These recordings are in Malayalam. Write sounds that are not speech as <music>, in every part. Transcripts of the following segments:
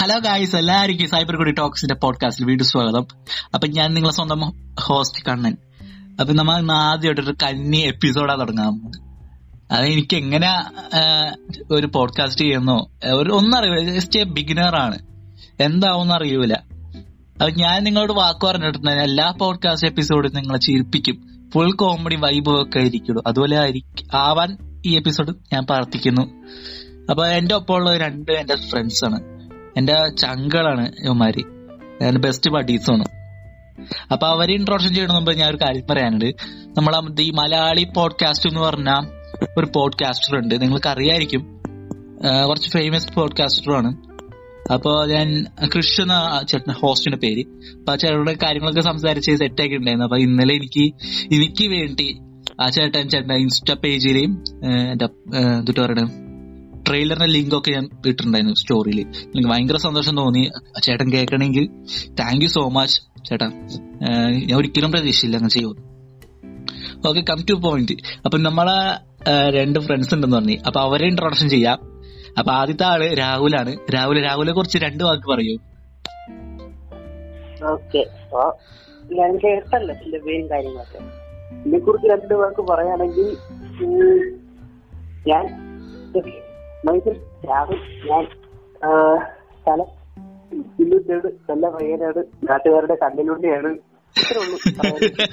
ഹലോ ഗായ്സ് എല്ലാവർക്കും സൈബർ കൂടി ടോക്സിന്റെ പോഡ്കാസ്റ്റിൽ വീണ്ടും സ്വാഗതം അപ്പൊ ഞാൻ നിങ്ങളെ സ്വന്തം ഹോസ്റ്റ് കണ്ണൻ അപ്പൊ നമ്മൾ ഇന്ന് ആദ്യമായിട്ട് ഒരു കന്നി എപ്പിസോഡാ തുടങ്ങാൻ പോകുന്നത് അത് എനിക്ക് എങ്ങനെ ആഹ്, ഒരു പോഡ്കാസ്റ്റ് ചെയ്യുന്നോ ആഹ്, ഒരു ഒന്നും അറിയില്ല ജസ്റ്റ് ബിഗിനർ ആണ് എന്താവുമെന്ന് അറിയൂല അപ്പൊ ഞാൻ നിങ്ങളോട് വാക്ക് പറഞ്ഞിട്ടുണ്ട് എല്ലാ പോഡ്കാസ്റ്റ് എപ്പിസോഡും നിങ്ങളെ ചിരിപ്പിക്കും ഫുൾ കോമഡി വൈബ് ഒക്കെ ആയിരിക്കുള്ളൂ അതുപോലെ ആയിരിക്കും ആവാൻ ഈ എപ്പിസോഡ് ഞാൻ പ്രാർത്ഥിക്കുന്നു അപ്പൊ എന്റെ ഒപ്പമുള്ള രണ്ട് എന്റെ ഫ്രണ്ട്സ് ആണ് എന്റെ ചങ്കളാണ് ഇവന്മാര് എന്റെ ബെസ്റ്റ് ബഡീസാണ് അപ്പൊ അവരെ ഇൻട്രോഡക്ഷൻ ചെയ്യണ മുമ്പ് ഞാൻ ഒരു കാര്യം പറയാനുണ്ട് നമ്മളെ ഈ മലയാളി പോഡ്കാസ്റ്റ് എന്ന് പറഞ്ഞ ഒരു പോഡ്കാസ്റ്റർ ഉണ്ട് നിങ്ങൾക്ക് അറിയായിരിക്കും ആഹ് കുറച്ച് ഫേമസ് പോഡ്കാസ്റ്ററുമാണ് അപ്പോൾ ഞാൻ കൃഷ് എന്ന ചേട്ടൻ ഹോസ്റ്റിന്റെ പേര് അപ്പൊ ആ ചേട്ടനോട് കാര്യങ്ങളൊക്കെ സംസാരിച്ച് സെറ്റ് ആക്കി ഉണ്ടായിരുന്നു അപ്പൊ ഇന്നലെ എനിക്ക് എനിക്ക് വേണ്ടി ആ ചേട്ടൻ ചേട്ടൻ്റെ ഇൻസ്റ്റാ പേജിലെയും എന്റെ എന്തിട്ട് പറയണേ ട്രെയിലറിന്റെ ലിങ്ക് ഒക്കെ ഞാൻ ഇട്ടിട്ടുണ്ടായിരുന്നു സ്റ്റോറിയിൽ എനിക്ക് ഭയങ്കര സന്തോഷം തോന്നി ചേട്ടൻ കേൾക്കണമെങ്കിൽ താങ്ക് യു സോ മച്ച് ചേട്ടാ ഏഹ് ഞാൻ ഒരിക്കലും പ്രതീക്ഷയില്ല അങ്ങനെ ചെയ്യുമോ ഓക്കെ കം ടു പോയിന്റ് അപ്പൊ നമ്മളെ ഏഹ് രണ്ട് ഫ്രണ്ട്സ് ഉണ്ടെന്ന് പറഞ്ഞു അപ്പൊ അവരെ ഇൻട്രൊഡക്ഷൻ ചെയ്യാം അപ്പൊ ആദ്യത്തെ ആള് രാഹുലാണ് രാഹുൽ രാഹുലെ കുറിച്ച് രണ്ട് വാക്ക് പറയൂ <laughs> ഓക്കെ അപ്പൊ ഞാൻ കേട്ടല്ലോ എന്റെ പേരും കാര്യങ്ങളൊക്കെ ഇതിനെ കുറിച്ച് രണ്ടു പേർക്ക് പറയുകയാണെങ്കിൽ ഉം, ഞാൻ okay, മൈസൂർ രാഹുൽ ഞാൻ ആ, സ്ഥലം ജില്ലൂരിനാണ് നല്ല പയ്യനാണ് നാട്ടുകാരുടെ കണ്ണിലൂടെയാണ് ഇത്രേ ഉള്ളൂ പറയാൻ.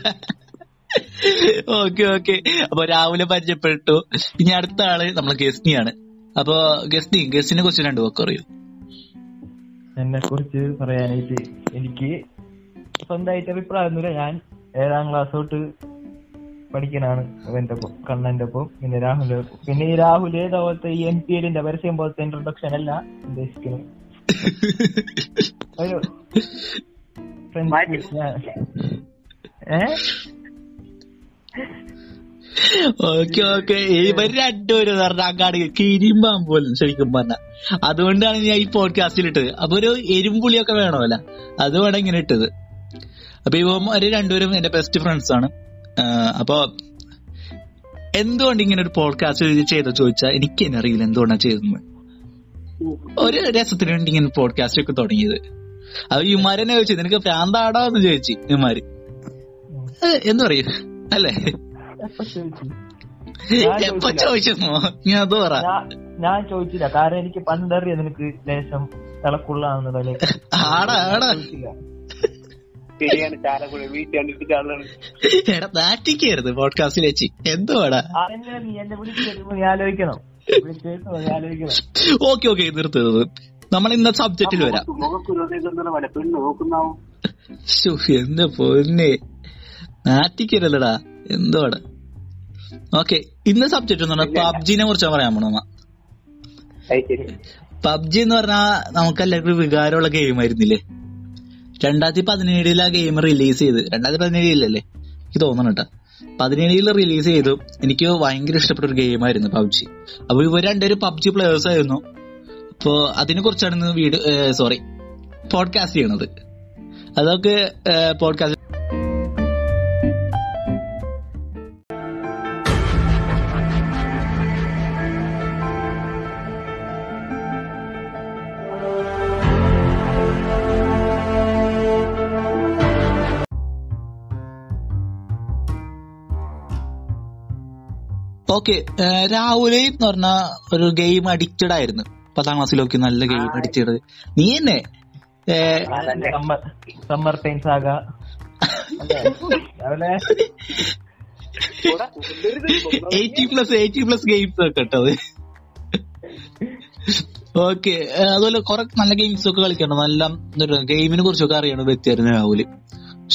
ഓക്കെ ഓക്കെ അപ്പൊ രാഹുലെ പരിചയപ്പെട്ടു ഇനി അടുത്ത ആള് നമ്മളെ ഗസ്നിയാണ് അപ്പൊ ഗസ്നി ഗസ്റ്റിനെ കുറിച്ച് രണ്ട് വാക്ക് പറയൂ എന്നെ കുറിച്ച് പറയാനായിട്ട് എനിക്ക് സ്വന്തമായിട്ട് അഭിപ്രായമൊന്നുമില്ല ഞാൻ ഏഴാം ക്ലാസ് തൊട്ട് പഠിക്കണാണ് അവന്റെ ഒപ്പം കണ്ണന്റെ ഒപ്പം പിന്നെ രാഹുൽ പിന്നെ ഈ രാഹുൽ ഇതേപോലത്തെ ഈ എൻ പി എല്ലിന്റെ പരസ്യം പോലത്തെ ഇൻട്രൊഡക്ഷൻ അല്ല ഉദ്ദേശിക്കുന്നത് ഒരു മാറ്റി. friendship ഞാൻ- ഏ ഓക്കെ ഓക്കെ ഇവര് രണ്ടുപേരും എന്ന് പറഞ്ഞാ അങ്ങാടി കിരിമ്പാൻ പോലും ശരിക്കും പറഞ്ഞ അതുകൊണ്ടാണ് ഞാൻ ഈ പോഡ്കാസ്റ്റിൽ ഇട്ടത് അപ്പൊ ഒരു എരുമ്പുളിയൊക്കെ വേണമല്ല അതുകൊണ്ടാണ് ഇങ്ങനെ ഇട്ടത് അപ്പൊ ഇവര് രണ്ടുപേരും എന്റെ ബെസ്റ്റ് ഫ്രണ്ട്സ് ആണ് ആഹ് അപ്പൊ എന്തുകൊണ്ട് ഇങ്ങനെ ഒരു പോഡ്കാസ്റ്റ് ചെയ്തോ ചോദിച്ചാൽ എനിക്ക് തന്നെ അറിയില്ല എന്തുകൊണ്ടാണ് ചെയ്തതെന്ന് ഉം. ഒരു രസത്തിന് വേണ്ടി ഇങ്ങനെ പോഡ്കാസ്റ്റ് ഒക്കെ തുടങ്ങിയത് അത് ഇമാരെന്നെ ചോദിച്ചു നിനക്ക് പ്രാന്താടോ എന്ന് ചോദിച്ചു ഇമാര് എന്തു പറയും അല്ലേ എപ്പോ ചോദിച്ചു ഞാൻ എപ്പൊ ചോദിച്ചോ ഞാൻ അത് പറ ഞാൻ- ഞാൻ ചോദിച്ചില്ല കാരണം എനിക്ക് പണ്ടറിയാം നിനക്ക് ലേശം തിളക്കുള്ളതാണെന്നുള്ളത് ആടാ ആടാ ചോദിച്ചില്ല ശരിയാണ് ചാലക്കുഴ വീട്ടിൽ കണ്ടിട്ട് ചാലാണ് എടാ നാറ്റിക്കരുത് പോഡ്കാസ്റ്റിൽ വെച്ച് എന്തുവാടാ അതെന്നെ നീ എന്നെ വിളിച്ചു നീ ആലോചിക്കണം വിളിച്ചിട്ട് നീ ആലോചിക്കണം ഓക്കെ ഓക്കെ നിർത്ത് നിർത്ത്. നമ്മൾ ഇന്ന സബ്ജക്റ്റിൽ വരാം മുഖക്കുരുതേക്കുന്ന പോലെ പെണ്ണ് നോക്കുന്നാവും ശ്ശോ, എന്റെ പൊന്നെ നാറ്റിക്കരുതടാ എന്തുവാടാ ഓക്കെ ഇന്ന സബ്ജക്റ്റ് എന്ന് പറഞ്ഞാൽ പബ്ജിനെ കുറിച്ചാണ് പറയാൻ പോണമ്മ അത് ശരി പബ്ജി എന്ന് പറഞ്ഞാൽ നമുക്ക് എല്ലാവർക്കും വികാരമുള്ള ഗെയിം ആയിരുന്നില്ലേ രണ്ടായിരത്തി പതിനേഴിൽ ആ ഗെയിം റിലീസ് ചെയ്ത് രണ്ടായിരത്തി പതിനേഴിലല്ലേ എനിക്ക് തോന്നണം കേട്ടോ പതിനേഴിൽ റിലീസ് ചെയ്തു എനിക്ക് ഭയങ്കര ഇഷ്ടപ്പെട്ട ഒരു ഗെയിമായിരുന്നു പബ്ജി അപ്പോൾ ഇവർ രണ്ടുപേരും പബ്ജി പ്ലേയേഴ്സ് ആയിരുന്നു അപ്പോൾ അതിനെ കുറിച്ചാണ് ഇന്ന് വീഡിയോ സോറി പോഡ്കാസ്റ്റ് ചെയ്യണത് അതൊക്കെ പോഡ്കാസ്റ്റ് ഓക്കെ രാഹുലി എന്ന് പറഞ്ഞ ഒരു ഗെയിം അഡിക്റ്റഡ് ആയിരുന്നു പത്താം ക്ലാസ്സിലൊക്കെ നല്ല ഗെയിം അഡിക്റ്റഡ് നീ തന്നെ ഏഹ്, സമ്മർ സമ്മർ ടൈം സാഗ അവളെ eighty plus eighty plus games ഒക്കെ കേട്ടത് ഓക്കെ അതുപോലെ കുറെ നല്ല ഗെയിംസ് ഒക്കെ കളിക്കണം നല്ല ഗെയിമിനെ കുറിച്ചൊക്കെ അറിയണ വ്യക്തിയായിരുന്നു രാഹുൽ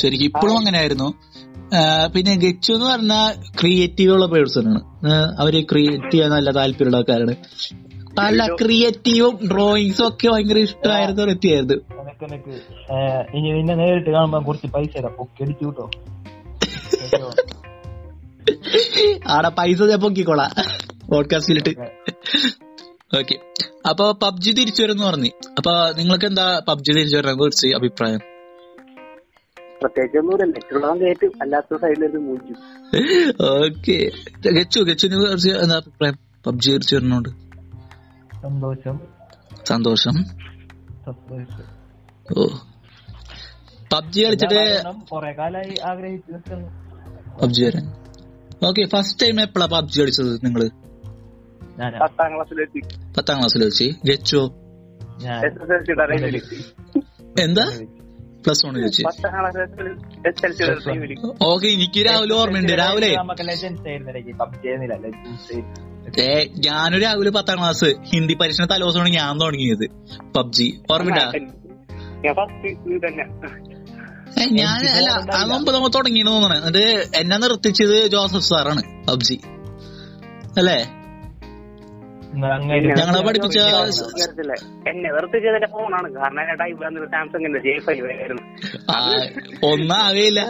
ശരിക്കും ഇപ്പോഴും അങ്ങനെയായിരുന്നു ആഹ് പിന്നെ ഗച്ചു എന്ന് പറഞ്ഞാൽ ക്രിയേറ്റീവ് ഉള്ള പേഴ്സൺ ആണ് ആഹ് അവര് ക്രിയേറ്റ് ചെയ്യാൻ നല്ല താല്പര്യമുള്ള ആൾക്കാരാണ് പല ക്രിയേറ്റീവും ഡ്രോയിങ്സും ഒക്കെ ഭയങ്കര ഇഷ്ടമായിരുന്ന ഒരു വ്യക്തിയായിരുന്നു നിനക്ക് നിനക്ക് ഏ, ഇനി നിന്നെ നേരിട്ട് കാണുമ്പോ കുറച്ച് പൈസ തരാം പൊക്കി അടിച്ചു കിട്ടോ ആടെ പൈസ ഞാൻ പൊക്കിക്കോളാം പോഡ്കാസ്റ്റിലിട്ട് ഓക്കെ അപ്പൊ പബ്ജി തിരിച്ചു വരും എന്ന് പറഞ്ഞു അപ്പൊ നിങ്ങൾക്ക് എന്താ പബ്ജി തിരിച്ചു വരാൻ കുറിച്ച് അഭിപ്രായം പ്രത്യേകിച്ച് ഒന്നുമില്ല നെറ്റുള്ളവൻ കയറ്റും അല്ലാത്ത സൈഡിലേക്ക് മൂച്ചു ഓക്കെ ഗച്ചു ഗച്ചുവിനെ കുറിച്ച് എന്താ അഭിപ്രായം പബ്ജി തിരിച്ചു വരുന്നോണ്ട് സന്തോഷം സന്തോഷം സബ്സ്ക്രൈബ് ഓ പബ്ജി കളിച്ചിട്ട് കൊറേ കാലായി ആഗ്രഹിച്ചു നിൽക്കുന്നു പബ്ജി വരാൻ ഓക്കെ ഫസ്റ്റ് ടൈം എപ്പോഴാ പബ്ജി കളിച്ചത് നിങ്ങള് ഞാനാ പത്താം ക്ലാസ്സിലെത്തി പത്താം ക്ലാസ്സിൽ കളിച്ച് ഗെച്ചോ ഞാൻ എസ് എസ് എൽ സി ടീമിലെത്തി എന്താ പ്ലസ് വൺ കളിച്ച് പത്താം ക്ലാസ്സിൽ എസ് എൽ സി ടീമിൽ ഓക്കെ എനിക്ക് രാവിലെ ഓർമ്മയുണ്ട് രാവിലെ നമുക്ക് ലെജൻസ് ആയിരുന്നില്ല പബ്ജി ആയിരുന്നില്ല ലെജൻസ് ഏ ഞാനൊരു രാവിലെ പത്താം ക്ലാസ് ഹിന്ദി പരീക്ഷണ തലേദിവസമാണ് ഞാൻ തുടങ്ങിയത് പബ്ജി ഓർമ്മയുണ്ടാ ഞാൻ ഫസ്റ്റ് ഇത് തന്നെ ഏ, ഞാൻ അല്ല അത് മുമ്പ് നമ്മൾ തുടങ്ങിയെന്ന് തോന്നണേ എന്നിട്ട് എന്നെ നിർത്തിച്ചത് ജോസഫ് സാറാണ് പബ്ജി അല്ലേ ഞങ്ങളെ പഠിപ്പിച്ച നേരത്തില്ലേ? എന്നെ വെറുതെ ചെയ്തതിന്റെ ഫോണാണ് കാരണം ചേട്ടാ ഇവിടെ സാംസങ്ങിന്റെ ജെ ഫൈവ് ആയിരുന്നു ആ, ഒന്നും ആവേയില്ല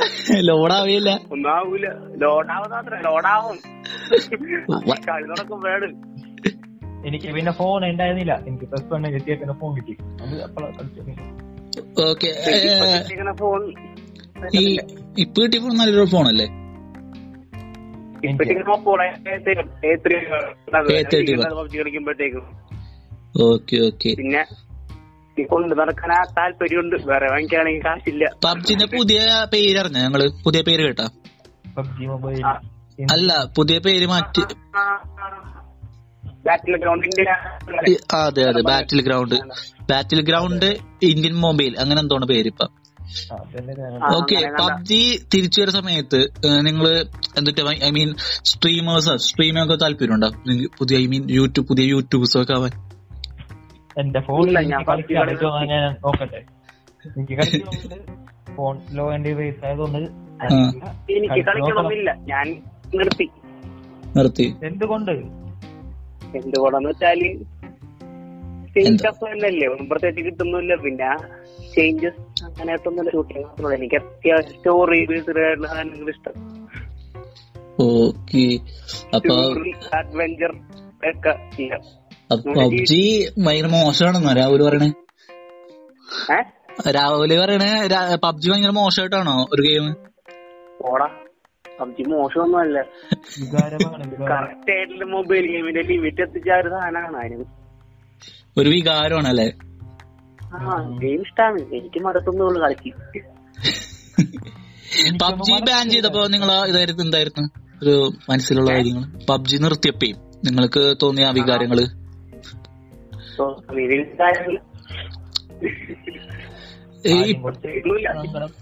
ലോഡാവേയില്ല ഒന്നാവൂല ലോഡാവുന്ന മാത്രം ലോഡാവും വ- കളി നടക്കും വേട് എനിക്ക് പിന്നെ ഫോൺ ഉണ്ടായിരുന്നില്ല എനിക്ക് പ്ലസ് വൺ കിട്ടിയ പിന്നെ ഫോൺ കിട്ടി അത് അപ്പളാ കളിച്ചത്. ഓക്കെ ഏ, ഫോൺ ഈ ഇപ്പൊ കിട്ടിയ ഫോൺ നല്ലൊരു ഫോണല്ലേ പബ്ജി കളിക്കുമ്പോഴത്തേക്കും ഓക്കെ ഓക്കെ പിന്നെ ഈ കൊണ്ട് നടക്കാൻ ആ താല്പര്യമുണ്ട് വേറെ വാങ്ങിക്കാണെങ്കിൽ കാശില്ല പബ്ജിന്റെ പുതിയ പേര് അറിഞ്ഞ ഞങ്ങള് പുതിയ പേര് കേട്ടാ പബ്ജി മൊബൈൽ ആ. അല്ല പുതിയ പേര് മാറ്റി ബാറ്റിൽ ഗ്രൗണ്ടിന്റെ ഈ- ആ, അതെ അതെ battle ground battle ground Indian mobile അങ്ങനെ എന്തോണ് പേര് ഇപ്പൊ ആ, ഓക്കെ അങ്ങനെ കണ്ട. പബ്ജി തിരിച്ചു വരുന്ന സമയത്ത് ഏഹ്, നിങ്ങള് എന്തിട്ട് ഐ മീൻ സ്ട്രീമേഴ്സ് സ്ട്രീമിംഗ് ഒക്കെ താല്പര്യമുണ്ടോ നിങ്ങൾക്ക് പുതിയ ഐ മീൻ യൂട്യൂബ് പുതിയ യൂട്യൂബേഴ്സ് ഒക്കെ ആവാൻ എന്റെ ഫോണിൽ ഇല്ല, ഞാൻ എനിക്ക് PUBG കളിക്കാൻ കളിക്കാൻ പറ്റുമോ എന്ന് ഞാൻ നോക്കട്ടെ എനിക്ക് കളിക്കുന്നുണ്ട് ഫോൺ ലോ ആൻഡ് ഡിവൈസ് ആയതുകൊണ്ട് ആ. എനിക്ക് കളിച്ച് നോക്കണം. കളിക്കണമെന്നില്ല ഞാൻ നിർത്തി നിർത്തി എന്തുകൊണ്ട് എന്തുകൊണ്ടെന്ന് വെച്ചാല് ചേഞ്ച് അപ്പ് തന്നെയല്ലേ ഒന്നും പ്രത്യേകിച്ച് കിട്ടുന്നില്ല പിന്നെ ചേഞ്ചസ് അങ്ങനെയായിട്ടൊന്നും ഷൂട്ടിംഗ് മാത്രമല്ല എനിക്ക് അത്യാവശ്യം സ്റ്റോറി ബേസ്ഡായിട്ടുള്ള സാധനങ്ങൾ ഇഷ്ടം ഓക്കെ അപ്പൊ അഡ്വഞ്ചർ ഒക്കെ ഇല്ല അപ്പൊ പബ്ജി ഭയങ്കര മോശമാണെന്നോ രാഹുൽ പറയണേ ഏഹ് രാഹുൽ പറയണേ രാ- പബ്ജി ഭയങ്കര മോശമായിട്ടാണോ ഒരു ഗെയിം ഓടാ പബ്ജി മോശമൊന്നുമല്ല <laughs> വികാരമാണ് വികാരം കറക്റ്റ് ആയിട്ടുള്ള മൊബൈൽ ഗെയിമിന്റെ ലിമിറ്റ് എത്തിച്ച ആ ഒരു സാധനമാണ് അതിന് ഒരു വികാരമാണ് അല്ലെ ആ ഗെയിം ഇഷ്ടമാണ് എനിക്ക് മടുത്തുന്നുള്ളു കളിക്കും പബ്ജി ബാൻ ചെയ്തപ്പോ നിങ്ങൾ ഇതായിരുന്നു എന്തായിരുന്നു ഒരു മനസ്സിലുള്ള കാര്യങ്ങൾ പബ്ജി നിർത്തിയപ്പേ നിങ്ങൾക്ക് തോന്നിയ ആ വികാരങ്ങള് So, ഇതിൽ കാര്യമില്ല. ഈ ആദ്യം കുറച്ച് ഇല്ല. സങ്കടം-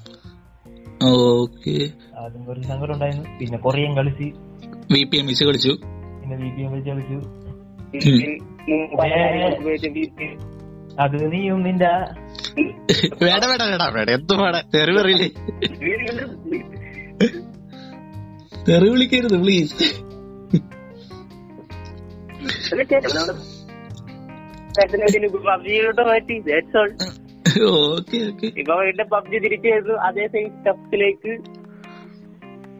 ഓക്കെ ആദ്യം കുറച്ച് സങ്കടം ഉണ്ടായിരുന്നു പിന്നെ കൊറിയൻ കളിച്ച് വി പി എം ഇസി കളിച്ചു പിന്നെ വി പി എം വെച്ച് കളിച്ചു ഇതിൽ മുമ്പ് ഏ. ഉപയോഗിച്ച VPN അത് നീയും നിന്റെ വേട വേട വേട വേട എന്ത് വേട തെറി പറയില്ലേ തെറി വിളിക്കരുത് പ്ലീസ് പബ്ജിയിലോട്ട് മാറ്റി That's all. ഓക്കെ ഓക്കെ ഇപ്പൊ വീണ്ടും പബ്ജി തിരിച്ചു ചെയ്തു അതേ സെയിം സ്റ്റഫിലേക്ക്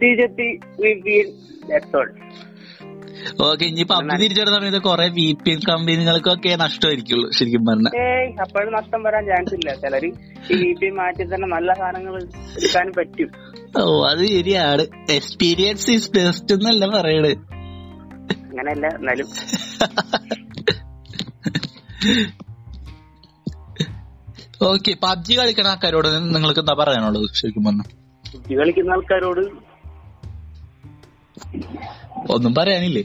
തിരിച്ചെത്തി <laughs> That's all. ഓക്കെ ഇനി പബ്ജി തിരിച്ചുവരുന്ന സമയത്ത് കൊറേ വി പി എൻ കമ്പനികൾക്കൊക്കെ നഷ്ടമായിരിക്കുള്ളൂ ശരിക്കും പറഞ്ഞ ഏയ് അപ്പോഴും നഷ്ടം വരാൻ ചാൻസ് ഇല്ല ചിലര് ഈ വി പി മാറ്റി തന്നെ നല്ല സാധനങ്ങൾ എടുക്കാനും പറ്റും ഓ അത് ശരിയാണ് എക്സ്പീരിയൻസ് ഈസ് ബെസ്റ്റ് എന്നല്ല പറയണേ അങ്ങനെയല്ല എന്നാലും ഓക്കെ പബ്ജി കളിക്കണ ആൾക്കാരോട് നിങ്ങൾക്ക് എന്താ പറയാനുള്ളത് ശരിക്കും പറഞ്ഞു ബുദ്ധി കളിക്കുന്ന ആൾക്കാരോട് ഒന്നും പറയാനില്ലേ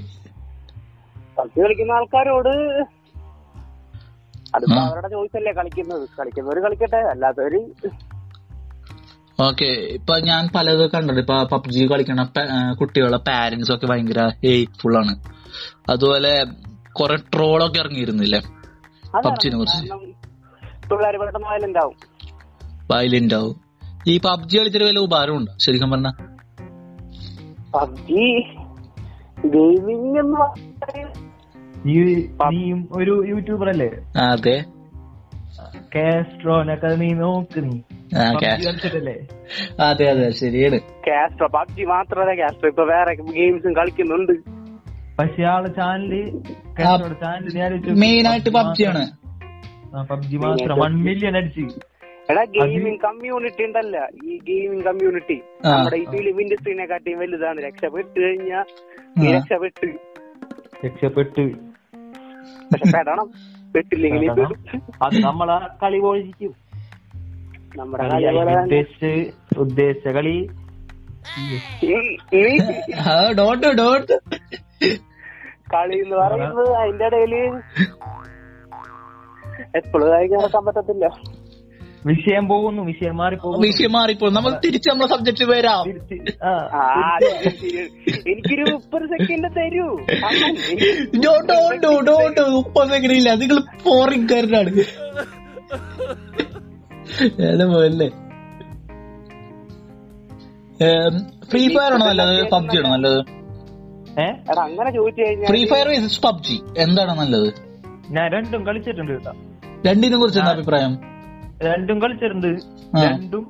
പബ്ജി കളിക്കുന്ന ആൾക്കാരോട് അതിപ്പോ ആ. അവരുടെ ചോയ്സ് അല്ലേ കളിക്കുന്നത് കളിക്കുന്നവര് കളിക്കട്ടെ അല്ലാത്തവര് ഓക്കെ ഇപ്പൊ ഞാൻ പലത് കണ്ടിട്ടുണ്ട് ഇപ്പൊ പബ്ജി കളിക്കണ പ- ആ, കുട്ടികളെ പാരന്റ്സ് ഒക്കെ ഭയങ്കര ഹേറ്റ്ഫുൾ ആണ് അതുപോലെ കൊറേ ട്രോളൊക്കെ ഇറങ്ങിയിരുന്നില്ലേ പബ്ജിനെ കുറിച്ച് പിള്ളേർ ഇവിടെ വയലന്റ് ആവും വയലന്റ് ആവും ഈ പബ്ജി കളിച്ചിട്ട് വല്ല ഉപകാരമുണ്ടോ ശരിക്കും പറഞ്ഞ പബ്ജി ഗെയിമിംഗ് എന്ന് പറഞ്ഞാൽ ഈ നീയും ഒരു യൂട്യൂബർ അല്ലേ അതെ കാസ്ട്രോനൊക്കെ നീ നോക്ക് നീ ആ, PUBG കാ- കളിച്ചിട്ടല്ലേ അതെ അതെ ശരിയാണ് കാസ്ട്രോ പബ്ജി മാത്രമല്ല കാസ്ട്രോ ഇപ്പൊ വേറെ ഗെയിംസും കളിക്കുന്നുണ്ട് പക്ഷെ ആള് ചാനല് കാസ്ട്രോയുടെ ചാനല് നീ ആലോചിച്ച് മെയിൻ ആയിട്ട് പബ്ജി ആണ് പബ്ജി മാത്രം വൺ മില്യൺ അടിച്ച് എടാ ഗെയിമിംഗ് കമ്മ്യൂണിറ്റി ഉണ്ടല്ല ഈ ഗെയിമിംഗ് കമ്മ്യൂണിറ്റി ആ. നമ്മുടെ ഈ ഫിലിം ഇൻഡസ്ട്രീനെ കാട്ടിയും വലുതാണ് രക്ഷപ്പെട്ട് കഴിഞ്ഞാ നീ ആ. രക്ഷപ്പെട്ട് രക്ഷപ്പെട്ട് പക്ഷെ പെടണം പെട്ടില്ലെങ്കിൽ കാരണം അത് നമ്മളെ കളി പോയിരിക്കും നമ്മുടെ കളി കളി പോലെ തന്നെ. ഉദ്ദേശിച്ച് ഉദ്ദേശിച്ച കളി നീ- നീ ഡോട്ട് ഡോട്ട് കളി എന്ന് പറയുന്നത് അതിന്റെ ഇടയില് എപ്പോഴും കായിക നടക്കാൻ പറ്റത്തില്ല വിഷയം പോകുന്നു വിഷയം മാറി പോകുന്നു വിഷയം മാറിപ്പോ നമ്മൾ തിരിച്ച് നമ്മളെ സബ്ജക്ട് വരാം തിരിച്ച് ആ, ആ, ശരി, ശരി. എനിക്കൊരു മുപ്പത് സെക്കൻഡ് തരൂ അമ്മ, എനിക്ക് ഡോ ഡോ ഡോ ഡോ ഡോ മുപ്പത് സെക്കൻഡ് ഇല്ല നിങ്ങൾ പോറിക്കാരനാണ് പോലെ ഫ്രീ ഫയർ ആണോ നല്ലത് പബ്ജി ആണോ നല്ലത് ഏ എടാ അങ്ങനെ ചോദിച്ചു ഫ്രീ കഴിഞ്ഞാൽ ഫയർ വേഴ്സസ് പബ്ജി എന്താണോ നല്ലത് ഞാൻ രണ്ടും കളിച്ചിട്ടുണ്ട് കേട്ടോ രണ്ടിനെ കുറിച്ച് എന്താ അഭിപ്രായം രണ്ടും കളിച്ചിട്ടുണ്ട് ആ. രണ്ടും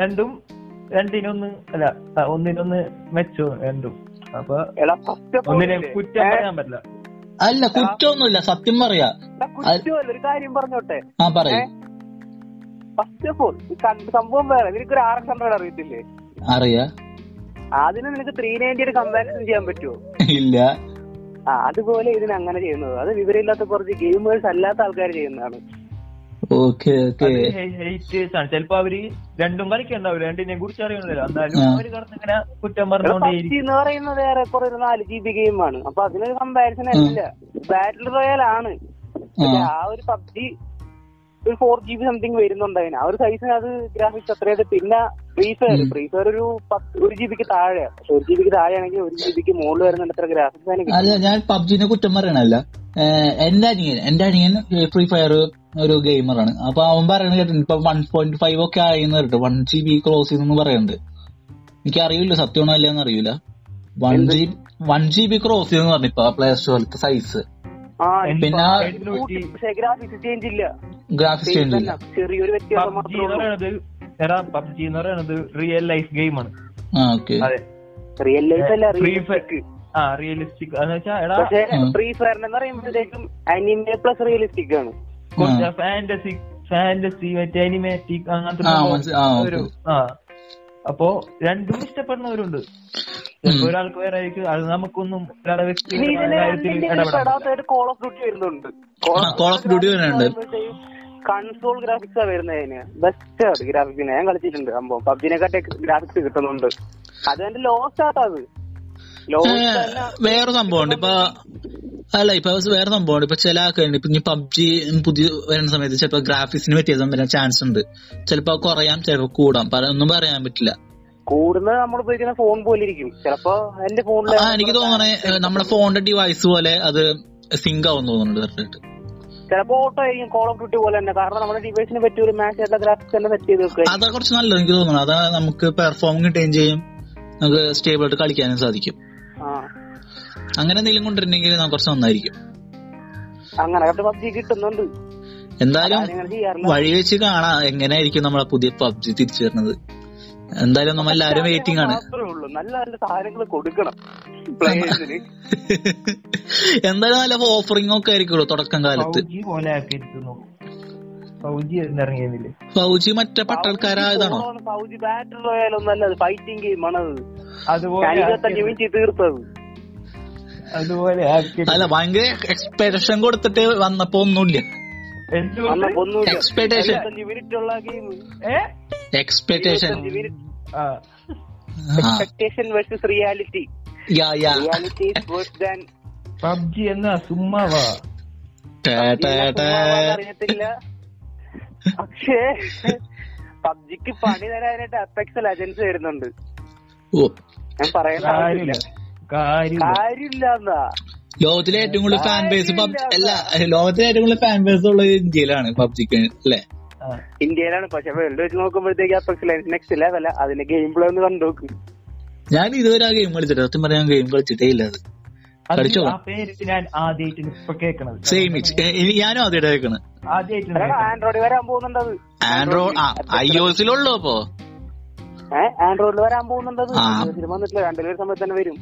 രണ്ടും രണ്ടിനൊന്ന് അല്ല ആ, ഒന്നിനൊന്ന് മെച്ചോ രണ്ടും അപ്പൊ എടാ ഫസ്റ്റ് ഓഫ് ഓൾ ഒന്നിനെ ഇല്ലേ? കുറ്റം ഏ, പറയാൻ പറ്റില്ല അല്ല കുറ്റമൊന്നുമില്ല സത്യം പറയാ എടാ, കുറ്റമല്ല ഒരു കാര്യം പറഞ്ഞോട്ടെ ആ പറയൂ ഫസ്റ്റ് ഓഫ് ഓൾ സംഭവം വേറെ നിനക്കൊരു ആർ എക്സ് ഹൺഡ്രഡ് അറിയത്തില്ലേ അറിയാ അതിന് നിനക്ക് ത്രീ നയൻറ്റിയുടെ കമ്പാരിസൺ ചെയ്യാൻ പറ്റുമോ ഇല്ല ആ അതുപോലെ ഇതിന് അങ്ങനെ ചെയ്യുന്നത് അത് വിവരമില്ലാത്ത കുറച്ച് ഗെയിമേഴ്സ് അല്ലാത്ത ആൾക്കാർ ചെയ്യുന്നതാണ് ഓക്കെ ഓക്കെ ഹെയ്റ്റേഴ്സ് ആണ് ചിലപ്പോ അവര് രണ്ടും കളിക്കണ്ടാവില്ല രണ്ടിനെ കുറിച്ച് അറിയണില്ല എന്നാലും ആ. അവര് കിടന്നിങ്ങനെ കുറ്റം എടാ, പറഞ്ഞുകൊണ്ടേയിരിക്കും PUBG എന്ന് പറയുന്നത് ഏറെക്കുറെ ഒരു നാല് ജി ബി ഗെയിമാണ് അപ്പൊ അതിനൊരു കമ്പാരിസൺ അല്ല ബാറ്റിൽ റോയൽ ആണ് പക്ഷെ ആ ഒരു പബ്ജി ഒരു ഫോർ ജി ബി സംതിങ് വരുന്നുണ്ട് അതിന് ആ ഒരു സൈസിന് അത് ഗ്രാഫിക്സ് അത്രയായിട്ട് പിന്നെ ഫ്രീ ഫയർ ഉം. ഫ്രീ ഫയർ ഒരു പത്ത് ഒരു ജി ബിക്ക് താഴെയാ പക്ഷെ ഒരു ജി ബിക്ക് താഴെയാണെങ്കിൽ ഒരു ജി ബിക്ക് മുകളിൽ വരുന്നുണ്ട് അത്ര ഗ്രാഫിക്സ് അതിന് അല്ല കിട്ടും ഞാൻ പബ്ജിനെ കുറ്റം പറയണല്ല എന്റെ അനിയൻ എന്റെ അനിയൻ ഫ്രീ ഫയർ ഒരു ഗെയിമറാണ് അപ്പൊ അവൻ പറയണ കേട്ടിട്ടുണ്ട് ഇപ്പൊ വൺ പോയിന്റ് ഫൈവ് ഒക്കെ ആയിന്ന് കേട്ടോ വൺ ജി ബി ക്രോസ് ചെയ്തെന്ന് പറയുന്നുണ്ട് എനിക്ക് അറിയില്ല സത്യമാണോ അല്ലെന്ന് അറിയില്ല one G one G B cross ചെയ്തെന്ന് പറഞ്ഞു ഇപ്പൊ പ്ലേ സ്റ്റോറിലത്തെ സൈസ് ആ പിന്നെ പക്ഷെ ഗ്രാഫിക്സ് ചേഞ്ച് ഇല്ല ഗ്രാഫിക്സ് ചേഞ്ച് ഇല്ല ചെറിയൊരു വ്യത്യാസം പബ്ജി മാത്രമേ എന്ന് പറയണത് എടാ പബ്ജി എന്ന് പറയണത് റിയൽ ലൈഫ് ഗെയിമാണ് ആ ഓക്കെ അതെ റിയൽ ലൈഫ് അല്ല Free Fire. റിയലിസ്റ്റിക് ആ റിയലിസ്റ്റിക് എന്ന് വെച്ചാ എടാ പക്ഷെ ഉം. ഫ്രീ ഫയറിന് എന്ന് പറയുമ്പോഴത്തേക്കും അനിമെ പ്ലസ് റിയലിസ്റ്റിക് ആണ് കുറച്ച് ഫാന്റസി ഫാന്റസി മറ്റേ അനിമാറ്റിക് അങ്ങനത്തെ ആ, സംഭവം മനസ്സി- ആ, ഒരു ആ അപ്പൊ രണ്ടും ഇഷ്ടപ്പെടുന്നവരുണ്ട് ഉം. ചിലപ്പോ ഒരാൾക്ക് വേറെ ആയിരിക്കും അത് നമുക്കൊന്നും ഒരാളെ ഇനി വ്യക്തിപരമായ ഇതിന് കാര്യത്തിൽ രണ്ടിന്റെയും ഇടപെടാം പെടാത്തതായിട്ട് കോൾ ഓഫ് ഡ്യൂട്ടി വരുന്നുണ്ട് ആ, Call of Duty വരുന്നുണ്ട്. കൺസോൾ ഗ്രാഫിക്സ് ആ വരുന്നത് അതിന് ബെസ്റ്റ് ആണ് ഗ്രാഫിക്സിന് ഞാൻ കളിച്ചിട്ടുണ്ട് സംഭവം പബ്ജിനെക്കാട്ടെ ഗ്രാഫിക്സ് കിട്ടുന്നുണ്ട് അത് എന്റെ ലോസ്റ്റ് ആട്ടോ അത് ലോസ്റ്റ് തന്നെ വേറെ സംഭവമുണ്ട് ഇപ്പൊ അല്ല ഇപ്പൊ വേറെ സംഭവമുണ്ട് ഇപ്പൊ ചില ആൾക്കാരുണ്ട് ഇപ്പൊ ഇനി പബ്ജി പുതിയ വരുന്ന സമയത്ത് ചിലപ്പോ ഗ്രാഫിക്സിന് വ്യത്യാസം വരാൻ ചാൻസ് ഉണ്ട് ചിലപ്പോ കുറയാം ചിലപ്പോ കൂടാം പറ- ഒന്നും പറയാൻ പറ്റില്ല കൂടുന്ന നമ്മൾ ഉപയോഗിക്കുന്ന ഫോൺ പോലെ ഇരിക്കും ചിലപ്പോ എന്റെ ഫോണിൽ ആ എനിക്ക് തോന്നണേ ഏഹ്, നമ്മുടെ ഫോണിന്റെ ഡിവൈസ് പോലെ അത് സിങ്ക് ആവും തോന്നുന്നുണ്ട് കറക്റ്റായിട്ട് ചിലപ്പോ ഓട്ടോ ആയിരിക്കും കോൾ ഓഫ് ഡ്യൂട്ടി പോലെ തന്നെ കാരണം നമ്മുടെ ഡിവൈസിന് പറ്റിയ ഒരു മാച്ച് ആയിട്ടുള്ള ഗ്രാഫിക്സ് തന്നെ സെറ്റ് ചെയ്ത് വെക്കുക അതാ കുറച്ച് നല്ലത് എനിക്ക് തോന്നുന്നു അതാ നമുക്ക് പെർഫോം കിട്ടുകയും ചെയ്യും നമുക്ക് സ്റ്റേബിൾ ആയിട്ട് കളിക്കാനും സാധിക്കും ആ. അങ്ങനെ എന്തെങ്കിലും കൊണ്ടിരുന്നെങ്കിൽ നമുക്ക് കുറച്ച് നന്നായിരിക്കും അങ്ങനെ കണ്ട് പബ്ജി കിട്ടുന്നുണ്ട് എന്തായാലും ആരും അങ്ങനെ ചെയ്യാറില്ല വഴി വെച്ച് കാണാം എങ്ങനെയായിരിക്കും നമ്മളെ പുതിയ പബ്ജി തിരിച്ചു വരുന്നത് എന്തായാലും നമ്മൾ എല്ലാവരും വെയിറ്റിംഗ് ആണ് മാത്രമേ ഉള്ളൂ നല്ല നല്ല സാധനങ്ങൾ കൊടുക്കണം പ്ലേയേഴ്സിന് എന്തായാലും നല്ല ഓഫറിംഗ് ഒക്കെ ആയിരിക്കുമല്ലോ തുടക്കം കാലത്ത് ഫൗജി പോലെ ആക്കിയിരിക്കുന്നു ഫൗജി ഇറങ്ങിയിരുന്നില്ലേ ഫൗജി മറ്റേ <laughs> പട്ടാൾക്കാരായതാണോ സൗദി ബാറ്ററി റോയൽ ഒന്നല്ല അത് ഫൈറ്റിംഗ് ഗെയിം ആണ് അത് ഞാൻ അതുപോലെ ഇരുപത്തഞ്ച് ആക്കി- മിനിറ്റ് തീർത്തത് അതുപോലെ ആക്കി അല്ല ഭയങ്കര എക്സ്പെക്ടേഷൻ കൊടുത്തിട്ട് വന്നപ്പോ ഒന്നുമില്ല അന്ന് എന്തുകൊണ്ട് ഒന്നുമില്ല Expectation. ഇരുപത്തഞ്ച് മിനിറ്റ് ഉള്ള ഗെയിം ഏ എക്സ്പെക്ടേഷൻ ആ ആ expectation versus reality yeah yeah reality versus ദാൻ പബ്ജി എന്നാ സുമ്മാവാ ടാ, ടാ, ടാ. അറിയത്തില്ല പക്ഷേ പബ്ജിക്ക് പണി തരാനായിട്ട് അപ്പെക്സൽ അജൻസ് വരുന്നുണ്ട് ഓ ഞാൻ പറയേണ്ട കാര്യമില്ല ആവശ്യമില്ല കാര്യമില്ല കാര്യമില്ല എന്നാ ലോകത്തിലെ ഏറ്റവും കൂടുതൽ ഫാൻ ബേസ് പബ് അല്ല ലോകത്തിലെ ഏറ്റവും കൂടുതൽ ഫാൻ ബേസ് ഉള്ളത് ഇന്ത്യയിലാണ് പബ്ജിക്ക് അല്ലെ ആ. ഇന്ത്യയിലാണ് പക്ഷെ വേൾഡ് വെച്ച് നോക്കുമ്പോഴത്തേക്ക് അപ്പെക്സ് ലൈൻസ് നെക്സ്റ്റ് ലെവല അതിന്റെ ഗെയിം പ്ലേ ഒന്ന് കണ്ടോക്ക് ഞാൻ ഇതുവരെ ആ ഗെയിം കളിച്ചിട്ട് സത്യം പറയാൻ ഗെയിം കളിച്ചിട്ടേ ഇല്ല അത് അത് കളിച്ചോ? ആ പേര് ഞാൻ ആദ്യമായിട്ട് ഇപ്പൊ കേൾക്കണത് സെയിം ഇച്ച് ഞാനും ആദ്യമായിട്ട് കേൾക്കണത് ആദ്യമായിട്ടാണ് ആൻഡ്രോയിഡ് വരാൻ പോകുന്നുണ്ടത് ആൻഡ്രോയിഡ് ആ ഐ ഒ എസിലുള്ളൂ അപ്പോ ഏഹ് ആൻഡ്രോയിഡിൽ വരാൻ പോകുന്നുണ്ടത് ആ. സിനിമ വന്നിട്ടില്ല രണ്ടുപേരും സമയത്ത് തന്നെ വരും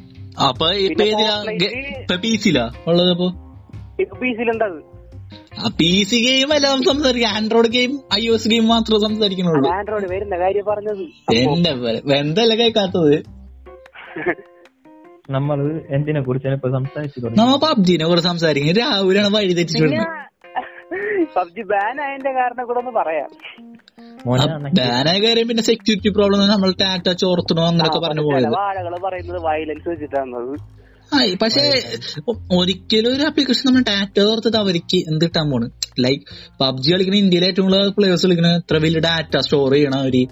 അപ്പൊ ഇപ്പൊ ഏതിലാ ഗെ- ഇപ്പൊ പി സിലാ ഉള്ളത് അപ്പൊ ഇപ്പൊ പി സിയിലുണ്ടത് പി സി ഗെയിം അല്ല നമ്മൾ സംസാരിക്കുക Android game I O S game മാത്രമേ സംസാരിക്കണുള്ളൂ ആൻഡ്രോയിഡ് വരുന്ന കാര്യം പറഞ്ഞത് എന്റെ പോലെ എന്തല്ല കേൾക്കാത്തത് നമ്മള് എന്തിനെ കുറിച്ചാണ് ഇപ്പൊ സംസാരിച്ചു തുടങ്ങി നമ്മ പബ്ജിനെ കുറിച്ച് സംസാരിക്കും രാഹുലാണ് വഴി തെറ്റിട്ടുണ്ട് പിന്നെ പബ്ജി ബാൻ ആയതിന്റെ കാരണം കൂടെ ഒന്ന് പറയാം മോനെ അന്നൊക്കെ ബാനായ കാര്യം പിന്നെ സെക്യൂരിറ്റി പ്രോബ്ലം നമ്മൾ ടാറ്റ ചോർത്തണോ അങ്ങനെയൊക്കെ പറഞ്ഞു പോയത് ആളുകൾ പറയുന്നത് വയലൻസ് വെച്ചിട്ടാണത് ആ, ഈ പക്ഷേ ഒ- ഒരിക്കലും ഒരു ആപ്ലിക്കേഷൻ നമ്മൾ ഡാറ്റ ഓർത്തിട്ട് അവർക്ക് എന്ത് കിട്ടാൻ പോണ് ലൈക്ക് പബ്ജി കളിക്കുന്ന ഇന്ത്യയിലെ ഏറ്റവും കൂടുതൽ പ്ലേയേഴ്സ് കളിക്കുന്ന ഇത്ര വലിയ ഡാറ്റ സ്റ്റോർ ചെയ്യണ അവര്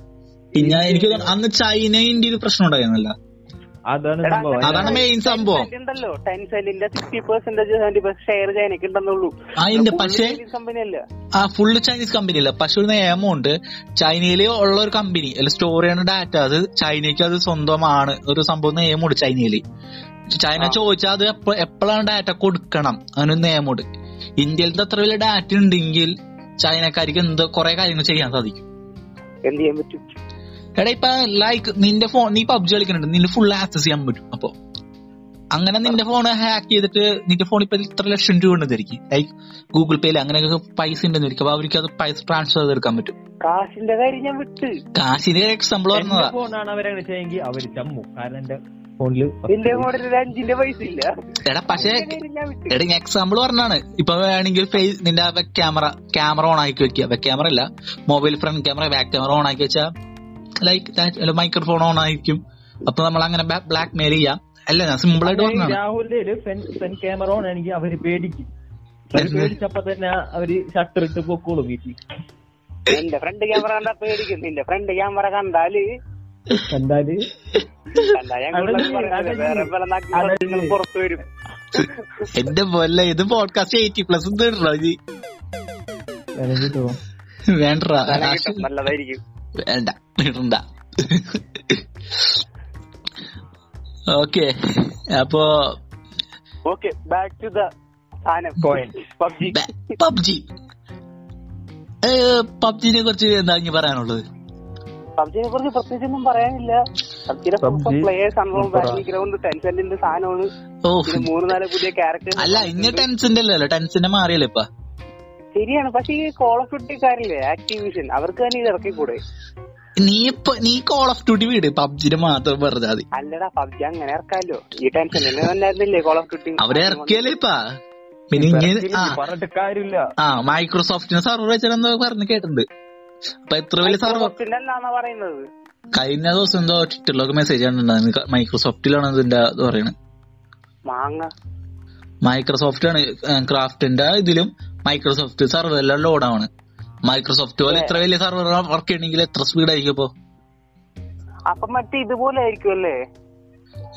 പിന്നെ എനിക്ക് തോന്നുന്നു അന്ന് ചൈന ഇന്ത്യയിൽ പ്രശ്നം ഉണ്ടായിരുന്നല്ല അതാണ് എടാ, സംഭവം അതാണ് മെയിൻ സംഭവം ഉണ്ടല്ലോ ടെൻസെലിന്റെ sixty percentage seventy percent share ചെയ്യാനൊക്കെ ഉണ്ടെന്നുള്ളൂ അതിന്റെ പക്ഷേ കമ്പനി അല്ല ആ ഫുള്ള് ചൈനീസ് കമ്പനി അല്ല പക്ഷെ ഒരു നിയമമുണ്ട് ചൈനയിൽ ഉള്ള ഒരു കമ്പനി അല്ല സ്റ്റോർ ചെയ്യണ ഡാറ്റ അത് ചൈനയ്ക്ക് അത് സ്വന്തമാണ് ഒരു സംഭവം നിയമമുണ്ട് ചൈനയിൽ ചൈന ചോദിച്ചാൽ അത് എപ്പോഴാണ് ഡാറ്റ കൊടുക്കണം അതിനൊരു നിയമമുണ്ട് ഇന്ത്യയിലത്തെ അത്ര വലിയ ഡാറ്റ ഉണ്ടെങ്കിൽ ചൈനക്കാർക്ക് എന്ത് കുറെ കാര്യങ്ങൾ ചെയ്യാൻ സാധിക്കും എന്ത് ചെയ്യാൻ പറ്റും എടാ ഇപ്പൊ ലൈക്ക് നിന്റെ ഫോൺ നീ പബ്ജി കളിക്കുന്നുണ്ട് നിന്റെ ഫുൾ ആക്സസ് ചെയ്യാൻ പറ്റും അപ്പൊ അങ്ങനെ നിന്റെ ഫോൺ ഹാക്ക് ചെയ്തിട്ട് നിന്റെ ഫോൺ ഇപ്പൊ ഇത്ര ലക്ഷം രൂപ ഉണ്ടെന്ന് ഇരിക്കും ലൈക്ക് ഗൂഗിൾ പേയിൽ അങ്ങനെയൊക്കെ പൈസ ഉണ്ടെന്ന് ഇരിക്കും അപ്പൊ അവർക്ക് അത് പൈസ ട്രാൻസ്ഫർ ചെയ്തെടുക്കാൻ പറ്റും കാശിന്റെ കാര്യം ഞാൻ വിട്ട് കാശിന്റെ എക്സാമ്പിൾ എന്റെ പറഞ്ഞതാ ഫോണാണ് അവരങ്ങനെ ചെയ്യെങ്കിൽ അവര് ചമ്മു കാരണം എന്റെ ഫോണില് എന്റെ മോഡൽ ഒരു അഞ്ചിന്റെ പൈസ ഇല്ല എടാ പക്ഷേ കാശിന്റെ കാര്യം ഞാൻ വിട്ട് എടാ എക്സാമ്പിൾ പറഞ്ഞാണ് ഇപ്പൊ വേണമെങ്കിൽ ഫേസ് നിന്റെ ബാക്ക് ക്യാമറ ക്യാമറ ഓൺ ആക്കി വെക്കുക ബാക്ക് ക്യാമറ അല്ല mobile front camera back camera on ആക്കി വെച്ചാൽ ലൈക്ക് മൈക്രോഫോൺ ഓൺ ആയിരിക്കും അപ്പൊ നമ്മൾ അങ്ങനെ ബ്ലാക്ക് മെയിൽ ചെയ്യാം അല്ല ഞാൻ സിമ്പിൾ ആയിട്ട് പറഞ്ഞാണ് രാഹുലിന്റെ ഫ്രണ്ട് ക്യാമറ ഓൺ ആണെങ്കിൽ അവര് പേടിക്കും അവര് എന്ത്? പേടിച്ചപ്പോ തന്നെ അവര് ഷട്ടർ ഇട്ട് പൊക്കോളും വീട്ടിൽ എന്റെ ഫ്രണ്ട് ക്യാമറ കണ്ടാ പേടിക്കും നിന്റെ ഫ്രണ്ട് ക്യാമറ കണ്ടാല് എന്തായാലും കണ്ടാ ഞാൻ കൂടുതൽ അടങ്ങി, പറയത്തില്ല. അടങ്ങി. വേറെ പല നാട്ടിൽ അടങ്ങി. പുറത്തു വരും എന്റെ പോലെ ഇത് പോഡ്കാസ്റ്റ് എയ്റ്റി പ്ലസ് ഇടറാ ഇത് വേണ്ടടാ നല്ല ആശ- കിട്ടും, നല്ലതായിരിക്കും വേണ്ട ഇടണ്ട ഓക്കെ അപ്പോ ഓക്കെ ബാക്ക് ടു ദ സാധനം Coin. പബ്ജി പബ്ജി പബ്ജിനെ കുറിച്ച് എന്താ ഇനി പറയാനുള്ളത് പബ്ജിനെ കുറിച്ച് പ്രത്യേകിച്ച് ഒന്നും പറയാനില്ല പബ്ജിയുടെ PUBG പ്ലേയേഴ്സ് അൺറോം super ആ. ഗ്രൗണ്ട് ടെൻസെന്റിന്റെ സാധനമാണ് ഓ പിന്നെ മൂന്ന് നാല് പുതിയ ക്യാരക്ടർ അല്ല ഇനി ടെൻസിന്റെ അല്ലല്ലോ ടെൻസിന്റെ മാറിയല്ലേ ഇപ്പൊ ശരിയാണ് പക്ഷെ ഈ കോൾ ഓഫ് ഡ്യൂട്ടിക്കാരില്ലേ ആക്ടിവിഷൻ അവർക്ക് തന്നെ ഇത് ഇറക്കിക്കൂടെ നീ ഇപ്പൊ നീ കോൾ ഓഫ് ഡ്യൂട്ടി വീട് പബ്ജിനെ മാത്രം പറഞ്ഞാൽ മതി അല്ലടാ പബ്ജി അങ്ങനെ ഇറക്കാമല്ലോ ഈ ടെൻഷൻ തന്നെയായിരുന്നില്ലേ കോൾ ഓഫ് ഡ്യൂട്ടി അവരെ ഇറക്കിയല്ലേ ഇപ്പൊ പിന്നെ ഇങ്ങനെ ആ പറഞ്ഞിട്ട് കാര്യമില്ല ആ മൈക്രോസോഫ്റ്റിന്റെ സർവർ വെച്ചാലെന്തോ പറഞ്ഞു കേട്ടിട്ടുണ്ട് അപ്പൊ എത്ര വലിയ സർവർ അല്ലാന്നാ പറയുന്നത് കഴിഞ്ഞ ദിവസം എന്തോ ട്വിറ്ററിലൊക്കെ മെസ്സേജ് കണ്ടിട്ടുണ്ടായിരുന്നു മൈക്രോസോഫ്റ്റിലാണ് ഇതിന്റെ ഇത് പറയണത് മാങ്ങ മൈക്രോസോഫ്റ്റാണ് ക്രാഫ്റ്റിന്റെ ഇതിലും മൈക്രോസോഫ്റ്റ് സർവറെല്ലാം ലോഡ് ആണ് മൈക്രോസോഫ്റ്റ് പോലെ ഇത്ര വലിയ സർവർ വർക്ക് ചെയ്യണമെങ്കിൽ എത്ര സ്പീഡ് ആയിരിക്കും ഇപ്പൊ അപ്പൊ മറ്റേ ഇതുപോലെ ആയിരിക്കും അല്ലേ